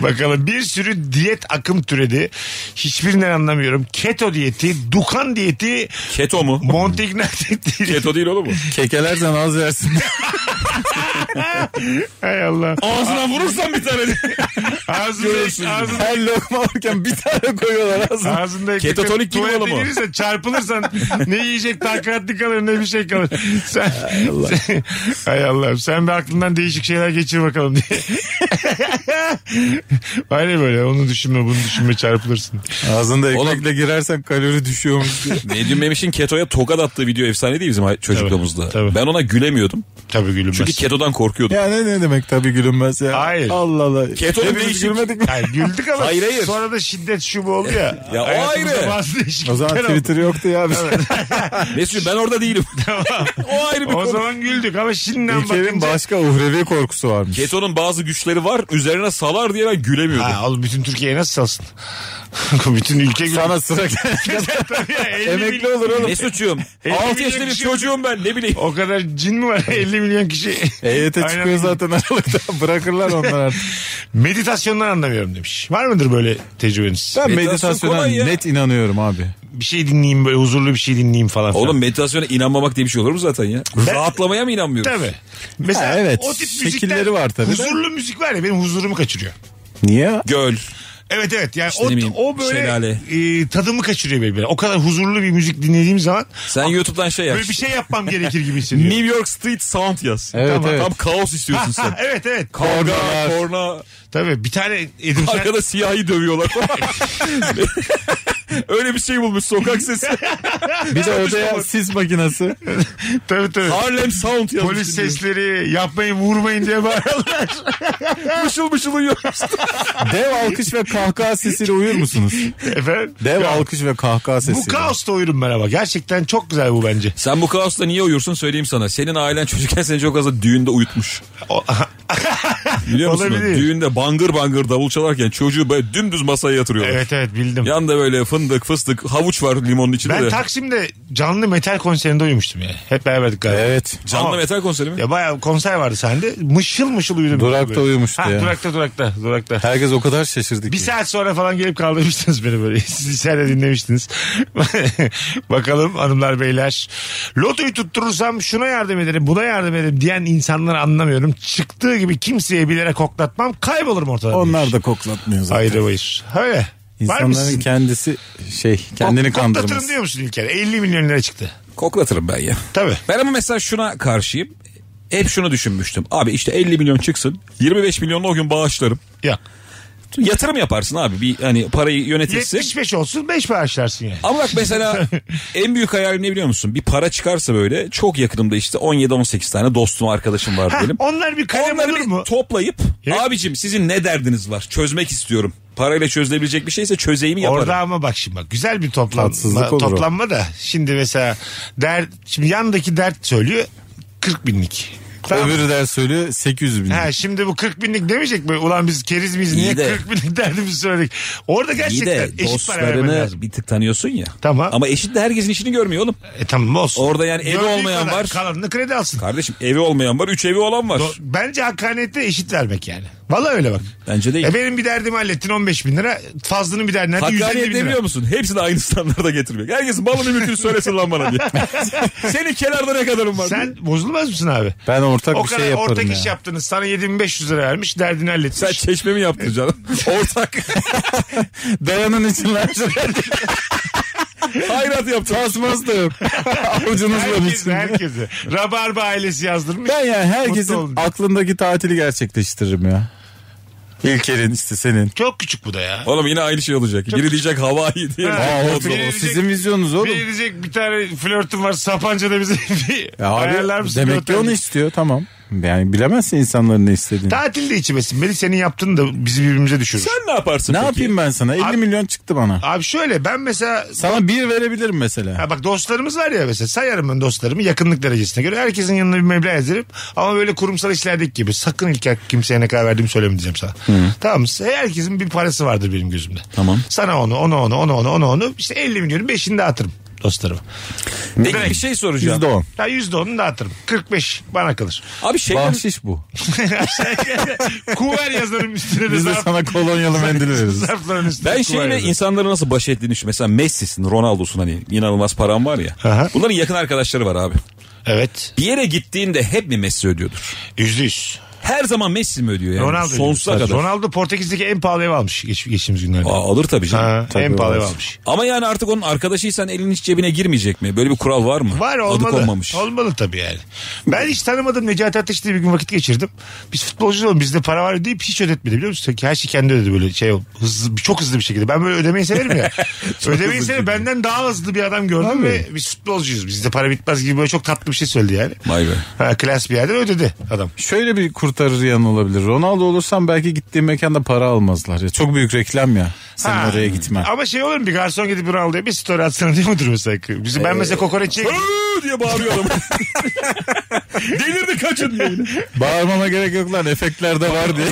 C: Bakalım bir sürü diyet akım türedi. Hiçbirinden anlamıyorum. Keto diyeti, dukan diyeti,
D: Keto mu?
C: Montignac diyeti.
D: Keto değil oğlum mu?
E: Kekelersen az yersin.
C: Hay Allah.
D: Ağzına vurursan bir tane. Görürsün.
C: Ağzında, ağzında
E: Her lokma varken bir tane koyuyorlar ağzına.
C: Ağzında
D: Ketotonik
C: tuvalete
D: kim oğlum o?
C: girirsen çarpılırsan ne yiyecek takatli kalır ne bir şey kalır. Sen, Hay Allah'ım. Hay Allah'ım sen bir aklından değişik şeyler geçir bakalım diye. Öyle böyle onu düşünme bunu düşünme çarpılırsın.
E: Ağzında
D: Oğlum.
E: ekmekle girersen kalori düşüyormuş diye.
D: Nedim Memiş'in ketoya tokat attığı video efsane değil bizim çocukluğumuzda.
C: Tabii, tabii.
D: Ben ona gülemiyordum.
C: Tabii gülünmez.
D: Çünkü ketodan korkuyordum.
E: Ya ne, ne demek tabii gülünmez ya.
C: Hayır.
E: Allah Allah.
D: Keto
E: Hepimiz
D: değişik.
E: Gülmedik mi?
C: Hayır, güldük ama
D: Hayır, hayır.
C: sonra da şiddet şu bu oldu ya.
D: Ya o
C: Hayatımızda
D: ayrı.
C: Bazı değişiklikler
E: O zaman
C: oldu.
E: Twitter yoktu ya. Biz.
D: Mesut ben orada değilim. o ayrı
C: O
D: bir konu.
C: zaman güldük ama şimdiden
E: İlker'in
C: bakınca.
E: başka uhrevi korkusu varmış.
D: Ketonun bazı güçleri var. Üzerine salar diye ben gülemiyordum.
C: Ha, oğlum bütün Türkiye'ye nasıl salsın? bütün ülke güldü.
E: Sana sıra gel-
C: Tabii ya, 50
E: Emekli
C: milyon-
E: olur oğlum.
D: Mesut'cum 6
C: milyon
D: yaşında bir
C: kişi-
D: çocuğum ben ne bileyim.
C: O kadar cin mi var 50 milyon kişi?
E: EYT
C: Aynen.
E: E çıkıyor zaten aralıkta. Bırakırlar onlar artık.
C: Meditasyondan anlamıyorum demiş. Var mıdır böyle tecrübeniz?
E: Ben
D: Meditasyon
E: meditasyona
D: kolay ya.
E: net inanıyorum abi.
C: Bir şey dinleyeyim böyle huzurlu bir şey dinleyeyim falan. filan.
D: Oğlum meditasyona inanmamak diye bir şey olur mu zaten ya? Rahatlamaya mı inanmıyoruz?
C: Tabii. Mesela
E: Ha, evet.
C: o tip müzikler,
E: Şekilleri var tabii de.
C: Huzurlu müzik var ya benim huzurumu kaçırıyor.
E: Niye?
D: Göl.
C: Evet evet yani
D: İşte
C: o,
D: ne bileyim,
C: o böyle
D: şelale.
C: e, tadımı kaçırıyor benim. böyle. O kadar huzurlu bir müzik dinlediğim zaman
D: Sen YouTube'dan şey yap.
C: böyle bir şey yapmam gerekir gibi hissediyorum.
D: New York Street Sound yaz.
E: Evet,
D: Tamam.
E: evet.
D: Tam kaos istiyorsun sen.
C: evet evet.
D: Kavga, korna,
C: Tabii bir tane Edim sen...
D: arkada siyahi dövüyorlar. Öyle bir şey bulmuş sokak sesi.
E: Bir de odaya sis makinesi.
C: tabii tabii.
D: Harlem Sound yazmış.
C: Polis sesleri yapmayın vurmayın diye bağırıyorlar.
D: Mışıl mışıl uyuyoruz.
E: Dev alkış ve kahkaha sesiyle uyur musunuz?
C: Efendim?
E: Dev
C: Ya,
E: alkış ve kahkaha
C: Bu
E: sesiyle.
C: kaosta uyurum ben ama. Gerçekten çok güzel bu bence.
D: Sen bu kaosta niye uyursun söyleyeyim sana. Senin ailen çocukken seni çok fazla düğünde uyutmuş.
C: O-
D: Biliyor musun?
C: Olabilir.
D: Düğünde bangır bangır davul çalarken çocuğu böyle dümdüz masaya yatırıyorlar.
C: evet evet bildim.
D: Yanında böyle fındık, fıstık, havuç var limonun içinde
C: Ben
D: de.
C: Taksim'de canlı metal konserinde uyumuştum ya. Hep beraberdik galiba.
E: Evet.
D: Canlı
C: Ama-
D: metal konseri mi?
C: Ya bayağı konser vardı sende. Mışıl mışıl uyudum.
E: Durakta
C: Böyle.
E: uyumuştu
C: ha,
E: ya.
C: Durakta durakta durakta.
E: Herkes o kadar şaşırdı ki.
C: Bir saat sonra falan gelip kaldırmıştınız beni böyle. Siz içeride dinlemiştiniz. Bakalım hanımlar beyler. Lotoyu tutturursam şuna yardım ederim buna yardım ederim diyen insanları anlamıyorum. Çıktığı gibi kimseye bilerek koklatmam kaybolurum ortadan.
E: Onlar da koklatmıyor zaten.
C: Ayrı bayır. Öyle. Var
E: İnsanların
C: mısın?
E: kendisi şey kendini
C: Koklatırım
E: kandırmaz.
C: diyor musun İlker? 50 milyon lira çıktı.
D: Koklatırım ben ya.
C: Tabii.
D: Ben ama mesela şuna karşıyım. Hep şunu düşünmüştüm. Abi işte 50 milyon çıksın. 25 milyonunu o gün bağışlarım.
C: Ya.
D: Yatırım yaparsın abi. Bir hani parayı yönetirsin.
C: 75 olsun 5 bağışlarsın yani.
D: Ama bak mesela en büyük hayalim ne biliyor musun? Bir para çıkarsa böyle çok yakınımda işte 17-18 tane dostum arkadaşım var
C: Heh,
D: benim.
C: onlar bir kalem
D: Onları
C: olur
D: bir
C: mu?
D: toplayıp
C: Evet.
D: abicim sizin ne derdiniz var? Çözmek istiyorum. Parayla çözülebilecek bir şeyse çözeyim yaparım.
C: Orada ama bak şimdi bak güzel bir toplanma,
E: Tatsızlık olur o.
C: toplanma da şimdi mesela dert şimdi yandaki dert söylüyor 40 binlik. Tamam.
E: Öbürü der söylüyor 800 bin.
C: Ha, şimdi bu 40 binlik demeyecek mi? Ulan biz keriz miyiz?
D: İyi
C: Niye
D: de-
C: 40 binlik derdimizi söyledik? Orada
D: İyi
C: gerçekten
D: de
C: eşit para vermen lazım.
D: dostlarını bir tık tanıyorsun ya.
C: Tamam.
D: Ama eşit de herkesin işini görmüyor oğlum.
C: E tamam olsun.
D: Orada yani evi
C: Gördüğü
D: olmayan
C: kadar
D: var.
C: Kalanını kredi alsın.
D: Kardeşim evi olmayan var, üç evi olan var.
C: Do- Bence hakkaniyette eşit vermek yani. Vallahi öyle bak.
D: Bence değil.
C: E benim bir derdimi hallettin 15 bin lira. Fazlının bir derdini hallettin 150
D: Hakkaniyet
C: bin lira.
D: demiyor musun? Hepsini aynı standarda getirmek. Herkesin balını mülkünü söylesin lan bana diye. Senin kenarda ne kadarın var?
C: Sen bozulmaz mısın abi?
E: Ben ortak
C: o
E: bir
C: kadar
E: şey yaparım
C: ortak
E: ya.
C: iş yaptınız. Sana 7500 lira vermiş. Derdini halletmiş.
D: Sen çeşme mi yaptın canım? Ortak.
E: Dayanın için lan.
D: Hayrat yaptın.
E: Tasması da yok. Avucunuzla
C: Herkes,
E: biçin.
C: herkese. Rabarba ailesi yazdırmış.
E: Ben yani herkesin
C: Mutlu olun.
E: aklındaki tatili gerçekleştiririm ya. İlker'in işte senin.
C: Çok küçük bu da ya.
D: Oğlum yine aynı şey olacak. Biri diyecek havai diye.
C: Ha.
E: Aa, o,
C: Biri
E: o
C: diyecek-
E: sizin vizyonunuz oğlum.
C: Bir diyecek bir tane flörtüm var. Sapanca'da bize bir
E: Ya abi,
C: ayarlar mısın?
E: demek ki
C: Flörtüm.
E: onu istiyor tamam. Yani bilemezsin insanların ne istediğini.
C: Tatilde içmesin. Melih senin yaptığın da bizi birbirimize düşürür.
D: Sen ne yaparsın
E: ne
D: peki?
E: yapayım ben sana? 50
C: Abi-
E: milyon çıktı bana.
C: Abi şöyle ben mesela
E: Sana bir verebilirim mesela.
C: Ha bak dostlarımız var ya mesela sayarım ben dostlarımı yakınlık derecesine göre. Herkesin yanına bir meblağ yazarım ama böyle kurumsal işlerdeki gibi sakın ilk kimseye ne kadar verdiğimi söyleme diyeceğim sana. Tamam mı? Herkesin bir parası vardır benim gözümde.
D: Tamam.
C: Sana onu, onu, onu, onu, onu, onu, onu. İşte 50 milyonun 5'ini dağıtırım dostlarıma.
D: Peki bir şey soracağım.
E: Yüzde on.
C: Ya %10'unu dağıtırım. 45 bana kalır.
D: Abi şey
E: Bahşiş bu.
C: Kuver yazarım üstüne de
E: Biz de
C: zarf,
E: sana kolonyalı mendil veririz.
C: zarfların üstüne. kuver
D: Ben şeyle
C: yazarım.
D: insanların nasıl baş ettiğini düşünüyorum. Mesela Messi'sin, Ronaldo'sun hani inanılmaz param var ya.
C: Aha.
D: Bunların yakın arkadaşları var abi.
C: Evet.
D: Bir yere gittiğinde hep mi Messi ödüyordur?
C: %100.
D: Her zaman Messi mi ödüyor yani?
C: Ronaldo.
D: Sonsuza
C: diyoruz.
D: kadar.
C: Ronaldo Portekiz'deki en pahalı ev almış geç, geçtiğimiz günlerde.
D: Aa, alır tabii canım.
C: Ha, en
E: tabii
C: pahalı ev
E: var.
C: almış.
D: Ama yani artık onun arkadaşıysan elin hiç cebine girmeyecek mi? Böyle bir kural var mı?
C: Var
D: Adı
C: olmalı.
D: konmamış.
C: Olmalı tabii yani. Ben hiç tanımadım Necati Ateş diye bir gün vakit geçirdim. Biz futbolcuyuz oğlum bizde para var deyip hiç ödetmedi biliyor musun? Her şey kendi ödedi böyle şey hızlı, çok hızlı bir şekilde. Ben böyle ödemeyi severim ya. ödemeyi severim. Benden daha hızlı bir adam gördüm ve biz futbolcuyuz. Bizde para bitmez gibi böyle çok tatlı bir şey söyledi yani.
D: Vay be.
C: Ha, klas bir yerden ödedi adam.
E: Şöyle bir kurtarır yanı olabilir. Ronaldo olursam belki gittiğim mekanda para almazlar. Ya. Çok büyük reklam ya. Sen
C: Ha.
E: oraya gitme.
C: Ama şey olur mu bir garson gidip Ronaldo'ya bir story atsana diyor mudur mesela? Bizim,
D: Ee,
C: ben mesela kokoreççiye
D: "Hı!" diye bağırıyorum. Delirdi kaçın diye.
E: Bağırmama gerek yok lan efektler de var diye.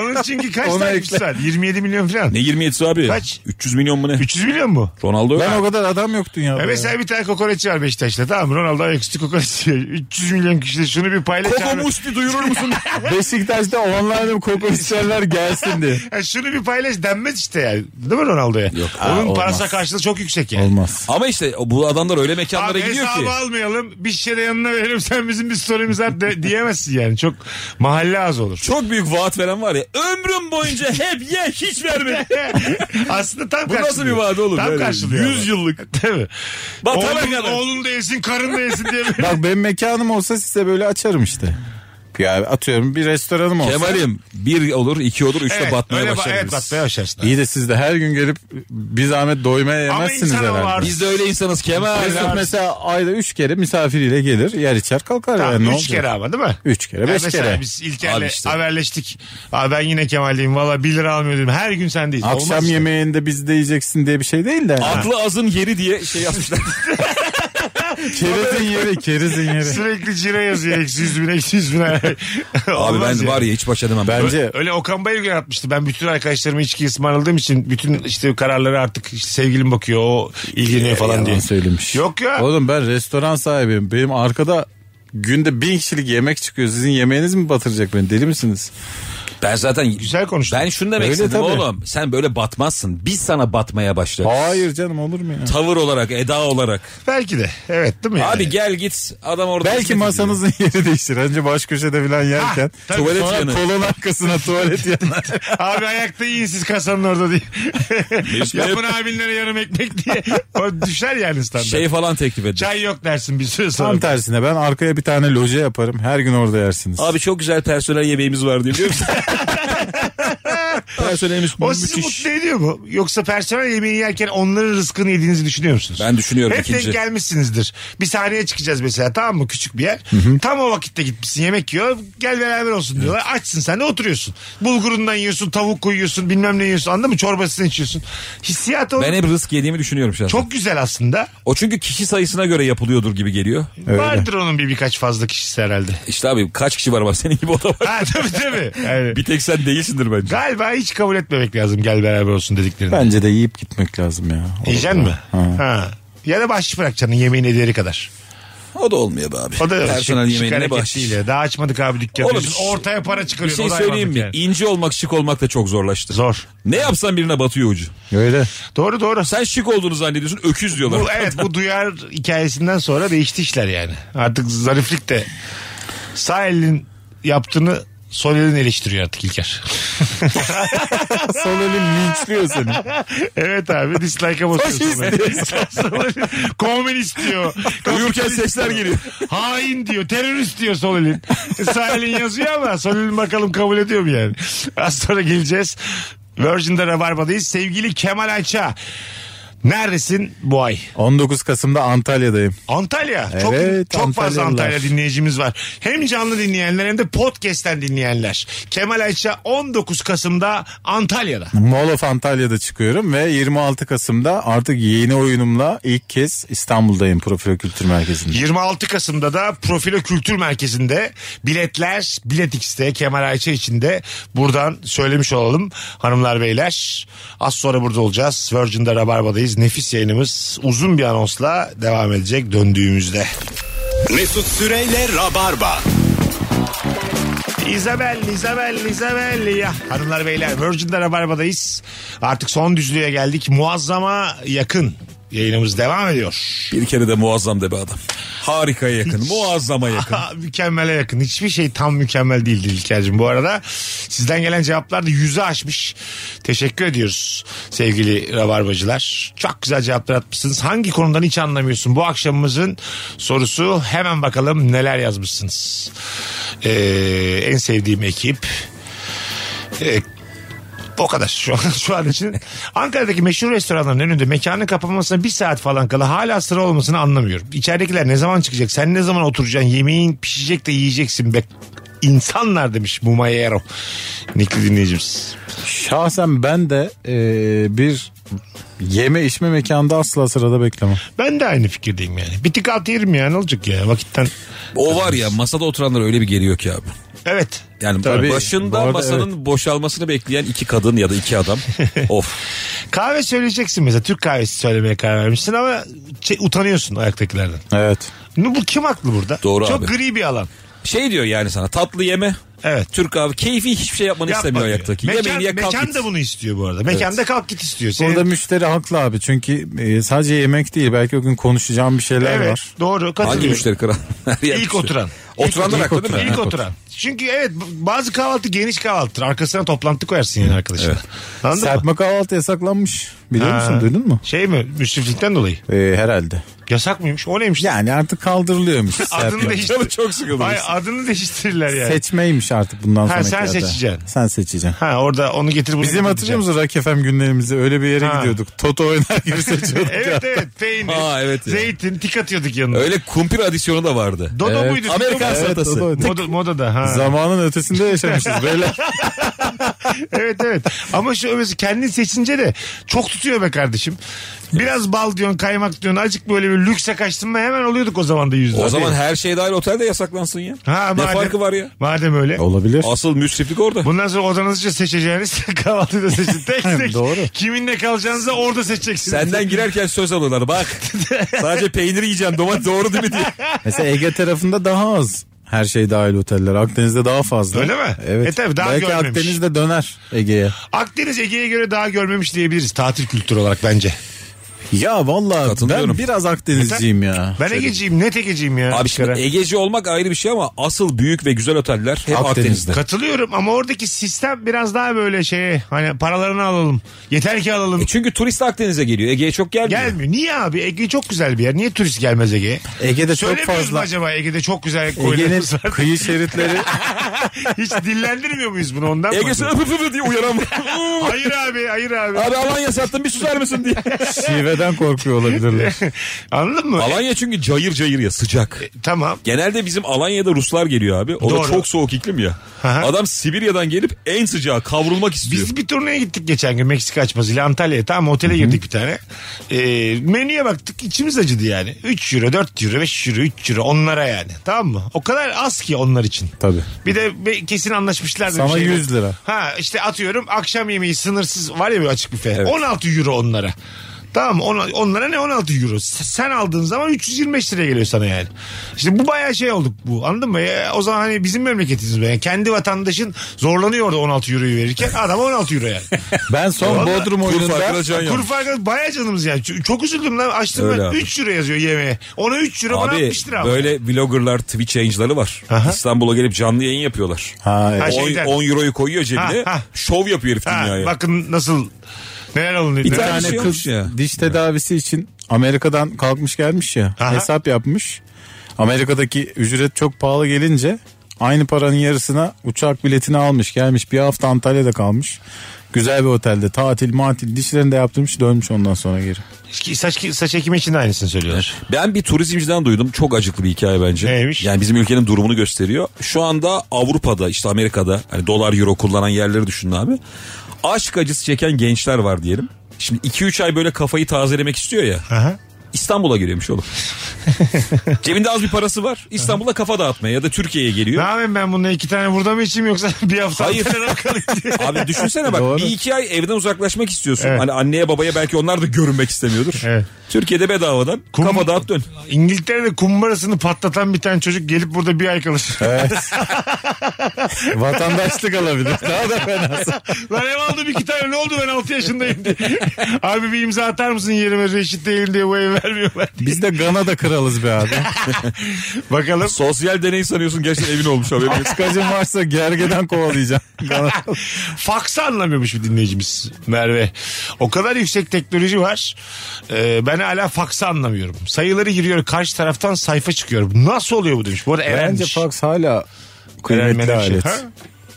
C: Onun için ki kaç
E: Ona
C: tane
E: ekle.
C: saat? 27 milyon falan.
D: Ne 27'si abi?
C: Kaç?
D: 300 milyon mu ne?
C: 300 milyon mu?
D: Ronaldo
E: ben o kadar adam yok dünyada.
C: Ya
E: ya.
C: E mesela bir tane kokoreççi var Beşiktaş'ta tamam mı? Ronaldo ayaküstü kokoreççi. 300 milyon kişide şunu bir paylaş.
D: Koko
C: abi.
D: Musti duyurur musun?
E: Beşiktaş'ta online kokoreççiler gelsin diye.
C: Ya şunu bir paylaş denmez işte yani. Değil mi Ronaldo'ya?
D: Yok.
E: Aa,
C: Onun
E: olmaz.
C: parası karşılığı çok yüksek yani.
E: Olmaz.
D: Ama işte bu adamlar öyle mekanlara
C: Abi
D: gidiyor
C: hesabı
D: ki.
C: almayalım. Bir şey de yanına verelim. Sen bizim bir story'mizi at de- diyemezsin yani. Çok mahalle az olur.
D: Çok büyük vaat veren var ya. Ömrüm boyunca hep ye hiç verme.
C: Aslında tam
D: Bu nasıl bir vaat oğlum?
C: Tam
D: Yani
C: karşılıyor.
D: 100
C: yıllık. Değil mi?
D: Batana
C: Oğlun,
D: kadar.
C: oğlun da yesin, karın da yesin diye. bir-
E: Bak benim mekanım olsa size böyle açarım işte. Ya atıyorum bir restoranım olsa.
D: Kemal'im bir olur, iki olur, üçte
C: Evet,
D: batmaya
C: öyle ba-
D: başlarız.
C: Evet batmaya başlarsın.
E: İyi de siz de her gün gelip bir zahmet doymaya yemezsiniz
C: insana
E: herhalde.
C: var.
D: Biz de öyle insanız Kemal.
E: Mesut mesela ayda 3 kere misafiriyle gelir yer içer kalkar yani.
C: Tamam,
E: ne
C: üç
E: olacak?
C: kere ama değil mi?
E: 3 kere
C: Ya
E: 5
C: mesela
E: kere.
C: biz İlker'le
D: E Abi işte.
C: haberleştik. Abi ben yine Kemal'deyim. Valla 1 lira almıyor dedim. Her gün sendeyiz.
E: Akşam
C: Olmaz işte.
E: yemeğinde biz de yiyeceksin diye bir şey değil de.
D: Aklı azın yeri diye şey yazmışlar.
E: Kerizin yeri kerizin yeri.
C: Sürekli cire yazıyor. Eksi yüz bin, eksi yüz bin.
D: Abi ben var ya hiç baş edemem.
E: Bence
C: Öyle Okan Bayülgen atmıştı. Ben bütün arkadaşlarıma içki ısmarladığım için bütün işte kararları artık işte sevgilim bakıyor o
D: E,
C: ilgileniyor falan diye.
E: Yalan söylemiş.
C: Yok ya.
E: Oğlum ben restoran sahibiyim. Benim arkada günde bin kişilik yemek çıkıyor. Sizin yemeğiniz mi batıracak beni? Deli misiniz?
D: Ben zaten
C: Güzel konuştun.
D: ben şunu demek
E: Öyle
D: istedim
E: tabii.
D: oğlum. Sen böyle batmazsın. Biz sana batmaya başlarız.
E: Hayır canım olur mu ya?
D: Tavır olarak, eda olarak.
C: Belki de. Evet değil mi? yani?
D: Abi gel git adam orada.
E: Belki
D: hizmet ediyor.
E: masanızın yeri değiştir. Önce baş köşede falan yerken.
C: tabii.
D: Tuvalet
E: Sonra
D: yanı.
E: kolon arkasına tuvalet yanar.
C: Abi ayakta yiyin siz kasanın orada diye. Yapın abinlere yarım ekmek diye. O düşer yani standart.
D: Şey falan teklif edin.
C: Çay yok dersin bir süre sonra.
E: Tam tersine ben arkaya bir tane loje yaparım. Her gün orada yersiniz.
D: Abi çok güzel personel yemeğimiz var diye biliyor musun? Personelimiz
C: o sizi
D: müthiş.
C: mutlu ediyor mu? Yoksa personel yemeği yerken onların rızkını yediğinizi düşünüyor musunuz?
D: Ben düşünüyorum
C: Hep
D: ikinci.
C: denk gelmişsinizdir. Bir sahneye çıkacağız mesela tamam mı küçük bir yer. Tam o vakitte gitmişsin yemek yiyor. Gel beraber olsun diyorlar. Açsın sen de oturuyorsun. Bulgurundan yiyorsun, tavuk koyuyorsun, bilmem ne yiyorsun. Anladın mı? Çorbasını içiyorsun. Hissiyat o.
D: Ben hep rızk yediğimi düşünüyorum şahsen.
C: Çok güzel aslında.
D: O çünkü kişi sayısına göre yapılıyordur gibi geliyor.
C: Vardır onun bir birkaç fazla kişisi herhalde.
D: İşte abi kaç kişi var ama senin gibi o da var.
C: ha tabii tabii. Yani
D: Bir tek sen değilsindir bence.
C: Galiba hiç kabul etmemek lazım gel beraber olsun dediklerini.
E: Bence de yiyip gitmek lazım ya.
C: Yiyeceksin mi? Ha. Ya da bahşiş bırakacaksın yemeğin ederi kadar.
D: O da olmuyor be abi.
C: O da
D: Personel
C: şık- şık
D: yemeğine bahşiş.
C: hareketiyle. Daha açmadık abi dükkanı.
D: Oğlum,
C: diyorsun.
D: şş-
C: Ortaya para
D: Bir
C: çıkarıyorsun.
D: şey
C: O da
D: söyleyeyim mi?
C: hayvanlık yani.
D: İnce olmak şık olmak da çok zorlaştı.
C: Zor.
D: Ne yapsan birine batıyor ucu.
E: Öyle.
C: Doğru doğru.
D: Sen şık olduğunu zannediyorsun öküz diyorlar.
C: Bu, evet bu duyar hikayesinden sonra değişti işler yani. Artık zariflik de sağ elin yaptığını sol elin eleştiriyor artık İlker.
E: Sol elim linçliyor seni.
C: evet abi dislike'a basıyorsun.
E: Faşist
C: Sol elin Komünist diyor.
D: Uyurken sesler geliyor.
C: Hain diyor. Terörist diyor sol elin. Sağ elin yazıyor ama sol elin bakalım kabul ediyor mu yani? Az sonra geleceğiz. Virgin'de Rabarba'dayız. Sevgili Kemal Ayça. Neredesin bu ay?
E: 19 Kasım'da Antalya'dayım.
C: Antalya. çok
E: Evet,
C: çok fazla
E: Antalyalılar.
C: Antalya dinleyicimiz var. Hem canlı dinleyenler hem de podcast'ten dinleyenler. Kemal Ayça 19 Kasım'da Antalya'da.
E: Mall of Antalya'da çıkıyorum ve 26 Kasım'da artık yeni oyunumla ilk kez İstanbul'dayım Profilo Kültür Merkezi'nde.
C: 26 Kasım'da da Profilo Kültür Merkezi'nde biletler Bilet X'te Kemal Ayça için de buradan söylemiş olalım hanımlar beyler. Az sonra burada olacağız. Virgin'de Rabarba'dayız. Nefis yayınımız uzun bir anonsla devam edecek döndüğümüzde.
B: Mesut Süreyle Rabarba.
C: İzabel, İzabel, İzabel ya. Hanımlar beyler Virgin'de Rabarba'dayız. Artık son düzlüğe geldik. Muazzama yakın yayınımız devam ediyor.
D: Bir kere de muazzam de be adam. Harikaya yakın, muazzama yakın.
C: Ha, mükemmele yakın. İlker. Hiçbir şey tam mükemmel değildi İlker'cim. Bu arada sizden gelen cevaplar da yüzü aşmış. Teşekkür ediyoruz sevgili rabarbacılar. Çok güzel cevaplar atmışsınız. Hangi konudan hiç anlamıyorsun? Bu akşamımızın sorusu hemen bakalım neler yazmışsınız. Ee, en sevdiğim ekip. Ee, o kadar şu an, şu an için. Ankara'daki meşhur restoranların önünde mekanın kapanmasına bir saat falan kala hala sıra olmasını anlamıyorum. İçeridekiler ne zaman çıkacak? Sen ne zaman oturacaksın? Yemeğin pişecek de yiyeceksin be. İnsanlar demiş Mumayero. Nikli dinleyicimiz.
E: Şahsen ben de e, bir yeme içme mekanda asla sırada beklemem.
C: Ben de aynı fikirdeyim yani. Bir tık altı yerim ya ne olacak ya vakitten.
D: O var ya masada oturanlar öyle bir geliyor ki abi.
C: Evet.
D: Yani
E: Tabii, bu
D: başında
E: arada
D: masanın boşalmasını bekleyen iki kadın ya da iki adam. of.
C: Kahve söyleyeceksin mesela. Türk kahvesi söylemeye karar vermişsin ama şey, utanıyorsun ayaktakilerden.
E: Evet.
C: Ne Bu kim haklı burada?
D: Doğru
C: Çok
D: abi.
C: gri bir alan.
D: Şey diyor yani sana tatlı yeme.
C: Evet.
D: Türk abi keyfi hiçbir şey yapmanı
C: Yapma
D: istemiyor
C: diyor.
D: ayaktaki.
C: Mekan,
D: Yemeğini ye kalk
C: mekan
D: git.
C: da bunu istiyor bu arada. Mekanda kalk git istiyor. Senin-
E: Orada müşteri haklı abi çünkü e, sadece yemek değil belki o gün konuşacağım bir şeyler
C: Evet
E: var.
C: doğru katılıyorum.
D: Hangi müşteri kıran? Her yer
C: İlk
D: müşteri.
C: oturan.
D: Oturanlar
E: İlk
D: haklı değil mi?
E: oturan.
C: İlk
E: Ha,
C: oturan. Çünkü evet b- bazı kahvaltı geniş kahvaltıdır. Arkasına toplantı koyarsın yani arkadaşına. Anladın mı?
E: Serpme kahvaltı yasaklanmış biliyor
C: Ha.
E: musun duydun mu?
C: Şey mi? Müsriflikten dolayı.
E: E, herhalde.
C: Yasak mıymış? O neymiş?
E: Yani artık kaldırılıyormuş
C: adını
E: serpme.
C: değiştir.
D: Çok sıkıldım.
C: Hayır adını değiştirirler yani.
E: Seçmeymiş artık bundan
C: Ha,
E: sonra.
C: sen seçeceksin.
E: Sen seçeceksin.
C: Ha orada onu getir bunu
E: Bizim
C: getir
E: hatırlıyor
C: diyeceğim.
E: musun Rock FM günlerimizi öyle bir yere
C: Ha.
E: gidiyorduk. Toto oynar gibi seçiyorduk.
C: Evet
E: ya.
C: evet peynir,
D: Ha, evet ya.
C: zeytin tik atıyorduk yanına.
D: Öyle kumpir adisyonu da vardı.
C: Dodo
E: Evet.
C: muydu?
D: Amerikan
C: Dodo muydu?
E: Evet,
D: salatası.
E: Toto oynar.
C: Moda, modada ha.
E: Zamanın ötesinde yaşamışız böyle.
C: evet evet. Ama şu öbürsü kendin seçince de çok tutuyor be kardeşim. Biraz bal diyorsun kaymak diyorsun azıcık böyle bir lükse kaçtın mı hemen oluyorduk o zaman da yüzde.
D: O zaman her şey dahil otelde yasaklansın ya.
C: Ha,
D: ne
C: madem-
D: farkı var ya?
C: Madem öyle.
E: Olabilir.
D: Asıl müsriflik orada.
C: Bundan sonra odanızca seçeceğiniz kahvaltıyı da seçin. Tek tek.
E: Doğru.
C: Kiminle kalacağınızı orada seçeceksiniz.
D: Senden girerken söz alıyorlar bak. Sadece peynir yiyeceğim domates doğru değil mi diye.
E: Mesela Ege tarafında daha az Her şey dahil oteller. Akdeniz'de daha fazla.
C: Öyle mi?
E: Evet.
C: E tabii daha
E: Belki
C: görmemiş.
E: Akdeniz'de döner Ege'ye.
C: Akdeniz Ege'ye göre daha görmemiş diyebiliriz tatil kültürü olarak bence.
E: Ya vallahi
D: Katılıyorum.
E: ben biraz Akdenizciyim ya.
C: Ben Ege'ciyim net Ege'ciyim ya.
D: Abi
C: Bir
D: şimdi
C: kere.
D: Egeci olmak ayrı bir şey ama asıl büyük ve güzel oteller hep
E: Akdeniz'de.
D: Akdeniz'de.
C: Katılıyorum ama oradaki sistem biraz daha böyle şeye hani paralarını alalım. Yeter ki alalım.
D: E çünkü turist Akdeniz'e geliyor. Ege'ye çok gelmiyor.
C: Gelmiyor. Niye abi? Ege çok güzel bir yer. Niye turist gelmez Ege'ye?
E: Ege'de çok
C: Söylemiyoruz mu
E: fazla-
C: acaba Ege'de çok güzel
E: Ege'nin
C: koylarımız var.
E: kıyı şeritleri
C: Hiç dillendirmiyor muyuz bunu ondan mı?
D: Ege sen öpü öpü diye uyaran var.
C: Hayır abi hayır abi.
D: Abi Alanya sattın bir susar mısın diye.
E: şiveden korkuyor olabilirler.
C: Anladın mı?
D: Alanya çünkü cayır cayır ya sıcak.
C: Tamam.
D: E, Genelde bizim Alanya'da Ruslar geliyor abi. O da
C: Doğru.
D: çok soğuk iklim ya.
C: Aha.
D: Adam Sibirya'dan gelip en sıcağı kavrulmak istiyor.
C: Biz bir turneye gittik geçen gün Meksika açmasıyla Antalya'ya tamam otele girdik bir tane. Ee, menüye baktık içimiz acıdı yani. 3 euro 4 euro 5 euro 3 euro onlara yani tamam mı? O kadar az ki onlar için.
E: Tabii.
C: Bir de be- kesin anlaşmışlardı.
E: Sana
C: bir şeyle.
E: 100 lira.
C: Ha işte atıyorum akşam yemeği sınırsız var ya bir açık büfe. 16 euro onlara. Tamam mı? Ona- onlara ne 16 euro. S- Sen aldığın zaman 325 liraya geliyor sana yani. İşte bu bayağı şey olduk bu anladın mı? Ya, o zaman hani bizim memleketimiz bu. Yani kendi vatandaşın zorlanıyor orada 16 euroyu verirken adam 16 euro yani.
E: Ben son
C: Vallahi
E: Bodrum
D: Kur
E: oyununda
D: farkına can yok.
C: Kuru farkı bayağı canımız yani. Ç- Çok üzüldüm lan açtım
D: Öyle
C: ben
D: abi.
C: 3 euro yazıyor yemeğe. Ona 3 euro bana
D: Abi
C: 60 lira. ama.
D: böyle vloggerlar Twitch yayıncıları var.
C: Aha.
D: İstanbul'a gelip canlı yayın yapıyorlar.
E: Ha, evet.
C: Ha,
D: On-
C: şeyden.
D: 10 euroyu koyuyor cebine.
C: Ha, ha.
D: Şov yapıyor herif
C: Ha,
D: dünyaya.
C: bakın nasıl neler alınıyor.
D: Bir
E: Bir
C: neler-
D: tane
E: tane
D: şey olmuş
E: kız
D: ya.
E: diş tedavisi için Amerika'dan kalkmış gelmiş ya.
C: Aha.
E: Hesap yapmış. Amerika'daki ücret çok pahalı gelince aynı paranın yarısına uçak biletini almış gelmiş. Bir hafta Antalya'da kalmış. Güzel bir otelde tatil matil dişlerini de yaptırmış dönmüş ondan sonra geri.
C: Ki Saç, saç ekimi için de aynısını söylüyorlar.
D: Ben bir turizmciden duydum. Çok acıklı bir hikaye bence.
C: Neymiş?
D: Yani bizim ülkenin durumunu gösteriyor. Şu anda Avrupa'da işte Amerika'da hani dolar euro kullanan yerleri düşünün abi. Aşk acısı çeken gençler var diyelim. Şimdi 2-3 ay böyle kafayı tazelemek istiyor ya.
C: Aha.
D: İstanbul'a geliyormuş oğlum. Cebinde az bir parası var. İstanbul'a kafa dağıtmaya ya da Türkiye'ye
C: Ne
D: geliyor.
C: yapayım ben bununla iki tane burada mı içeyim yoksa bir hafta
D: Hayır.
C: Antalya'da mı kalayım diye.
D: Abi düşünsene bak
E: Doğru.
D: bir iki ay evden uzaklaşmak istiyorsun.
C: Evet.
D: Hani anneye babaya belki onlar da görünmek istemiyordur.
C: Evet.
D: Türkiye'de bedavadan
C: Kum-
D: kafa dağıt dön.
C: İngiltere'de kumbarasını patlatan bir tane çocuk gelip burada bir ay kalır.
E: Vatandaşlık alabilir. Daha da fenası.
C: Lan ev aldım iki tane ne oldu ben 6 yaşındayım diye. Abi bir imza atar mısın yerime reşit değilim diye bu evi vermiyorlar.
E: Biz de Gana'da kralız be abi.
C: Bakalım.
D: Sosyal deney sanıyorsun gerçekten evin olmuş abi.
E: Kıskacın varsa gergeden kovalayacağım. Gana'da.
C: Faksı anlamıyormuş bir dinleyicimiz Merve. O kadar yüksek teknoloji var. Ee, ben hala faksı anlamıyorum. Sayıları giriyor karşı taraftan sayfa çıkıyor. Nasıl oluyor bu demiş. Bu arada
E: Bence
C: Eren'miş.
E: fax hala kıymetli
C: Eren Menevşe.
E: alet.
C: şey. Ha?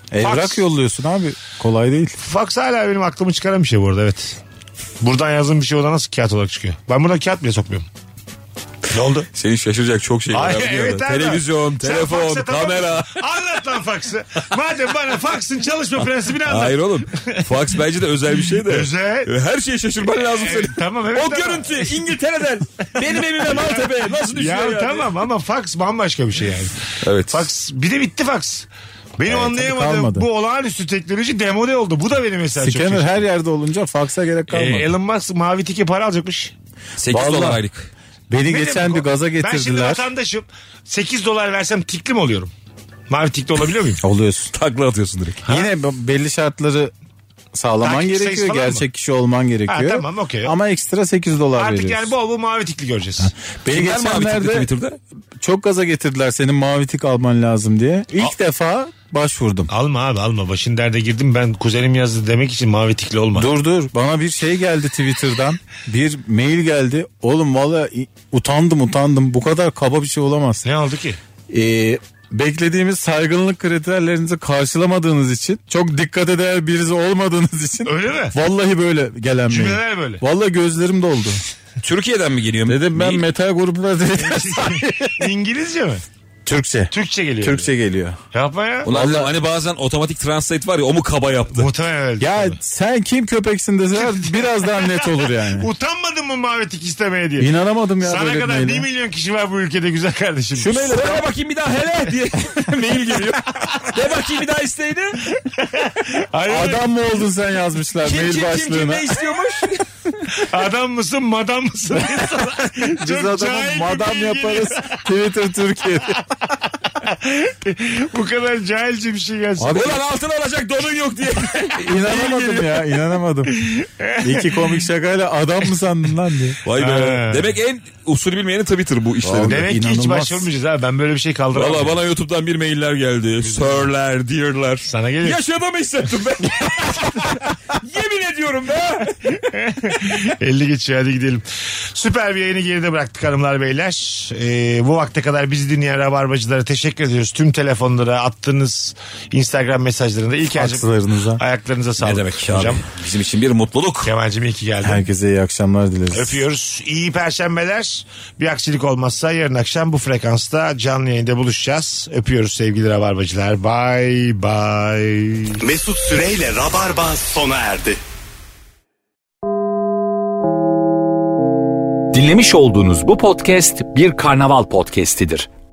C: Fax.
E: Evrak yolluyorsun abi. Kolay değil.
C: Fax hala benim aklımı çıkaran bir şey bu arada evet. Buradan yazdığım bir şey oradan nasıl kağıt olarak çıkıyor? Ben buradan kağıt bile sokmuyorum. Ne oldu?
D: Senin şaşıracak çok şey var.
C: Ay,
D: abi
C: evet
D: dünyada.
C: abi.
D: Televizyon,
C: Sen
D: telefon,
C: faksa tamam mı?
D: kamera.
C: Anlat lan faksı. Madem bana faksın çalışma prensibini anlat.
D: Hayır oğlum. Fax bence de özel bir şey de.
C: Özel.
D: Her şeye şaşırman lazım
C: Evet,
D: senin.
C: tamam, evet,
D: O
C: tamam.
D: görüntü İngiltere'den benim evime Maltepe'ye nasıl düşüyor
C: Ya
D: yani?
C: tamam ama faks bambaşka bir şey yani.
D: Evet.
C: Faks bir de bitti faks. Benim anlayamadığım
E: kalmadı.
C: bu olağanüstü teknoloji demode oldu. Bu da benim mesela çok
E: Scanner
C: şey.
E: her yerde olunca faksa gerek
C: Ee,
E: kalmadı.
C: Elon Musk mavi tike para alacakmış.
D: 8 dolar
E: Vallahi.
D: aylık.
E: Beni
C: Benim
E: geçen bir
C: ko-
E: gaza
C: Ben şimdi
E: getirdiler.
C: vatandaşım 8 dolar versem tikli mi oluyorum? Mavi tikli olabiliyor muyum?
E: Oluyorsun.
D: Takla atıyorsun direkt.
E: Yine b- belli şartları sağlaman
C: Takip sayısı
E: gerekiyor.
C: falan mı?
E: Gerçek kişi olman gerekiyor.
C: Ha, tamam, okey.
E: Ama ekstra 8 dolar
C: Artık
E: veriyorsun.
C: yani bol bol mavi tikli göreceğiz.
E: Beni
D: Kimler mavi tikli
E: geçenlerde
D: Twitter'da?
E: çok gaza getirdiler senin mavi tik alman lazım diye. İlk defa başvurdum.
C: Alma abi alma. Başın derde girdim ben kuzenim yazdı demek için mavi tikli olma.
E: Dur dur bana bir şey geldi Twitter'dan. bir mail geldi. Oğlum valla i- utandım utandım. Bu kadar kaba bir şey olamaz.
C: Ne oldu ki?
E: Ee, beklediğimiz saygınlık kriterlerinizi karşılamadığınız için çok dikkat değer birisi olmadığınız için
C: Öyle mi?
E: Vallahi böyle gelen mail.
C: Cümleler böyle.
E: Vallahi gözlerim doldu.
D: Türkiye'den mi geliyor?
E: Dedim ben
D: Mail-
E: metal gruplara
C: İngilizce mi?
E: Türkçe.
C: Türkçe geliyor.
E: Türkçe geliyor.
C: Yapma ya.
D: Ulan dedim, hani bazen otomatik translate var ya o mu kaba yaptı?
C: Muhtemelen öyle.
E: Ya sen kim köpeksin deseler biraz daha net olur yani.
C: Utanmadın mı mavi tik istemeye diye?
E: İnanamadım ya
C: Sana
E: böyle
C: kadar
E: maile.
C: 1 milyon kişi var bu ülkede güzel kardeşim.
E: Şu maile bak,
D: Söyle bakayım bir daha hele diye mail geliyor. De bakayım bir daha isteydi.
C: Hayır, adam...
E: adam mı oldun sen yazmışlar
D: Kim
E: mail
D: kim kim kim
E: başlığına.
D: ne istiyormuş?
C: mısın madam mısın? diye sana-
E: Biz
C: Çok
E: adamı
C: cahil bir
E: madam
C: bilgi.
E: yaparız Twitter Türkiye'de.
C: Bu kadar cahilce bir şey gelsin.
E: Abi
D: Ulan altın alacak donun yok diye.
E: inanamadım ya inanamadım. İki komik şakayla adam mı sandın lan diye.
D: Vay
C: Ha.
D: be. Demek en usulü bilmeyeni Twitter bu işlerin.
C: Demek ki hiç
E: İnanılmaz.
C: başvurmayacağız abi. Ben böyle bir şey kaldıramam.
D: Valla bana YouTube'dan bir mailler geldi. Sirler, dear'lar.
C: Sana gelir.
D: Yaşadığımı hissettim ben. Yemin ediyorum be.
C: 50 geçiyor hadi gidelim. Süper bir yayını geride bıraktık hanımlar beyler. Ee, bu vakte kadar bizi dinleyen rabarbacılara teşekkür ediyoruz. Tüm telefonlara attığınız Instagram mesajlarında ilk
E: Fakslarınıza.
C: Ayaklarınıza sağlık.
D: Ne demek ki
C: hocam.
D: abi? Bizim için bir mutluluk.
C: Kemal'cim iyi ki geldin.
E: Herkese iyi akşamlar dileriz.
C: Öpüyoruz. İyi perşembeler. Bir aksilik olmazsa yarın akşam bu frekansta canlı yayında buluşacağız. Öpüyoruz sevgili rabarbacılar. Bye bye.
B: Mesut Süreyle Rabarba sona erdi.
A: Dinlemiş olduğunuz bu podcast bir karnaval podcastidir.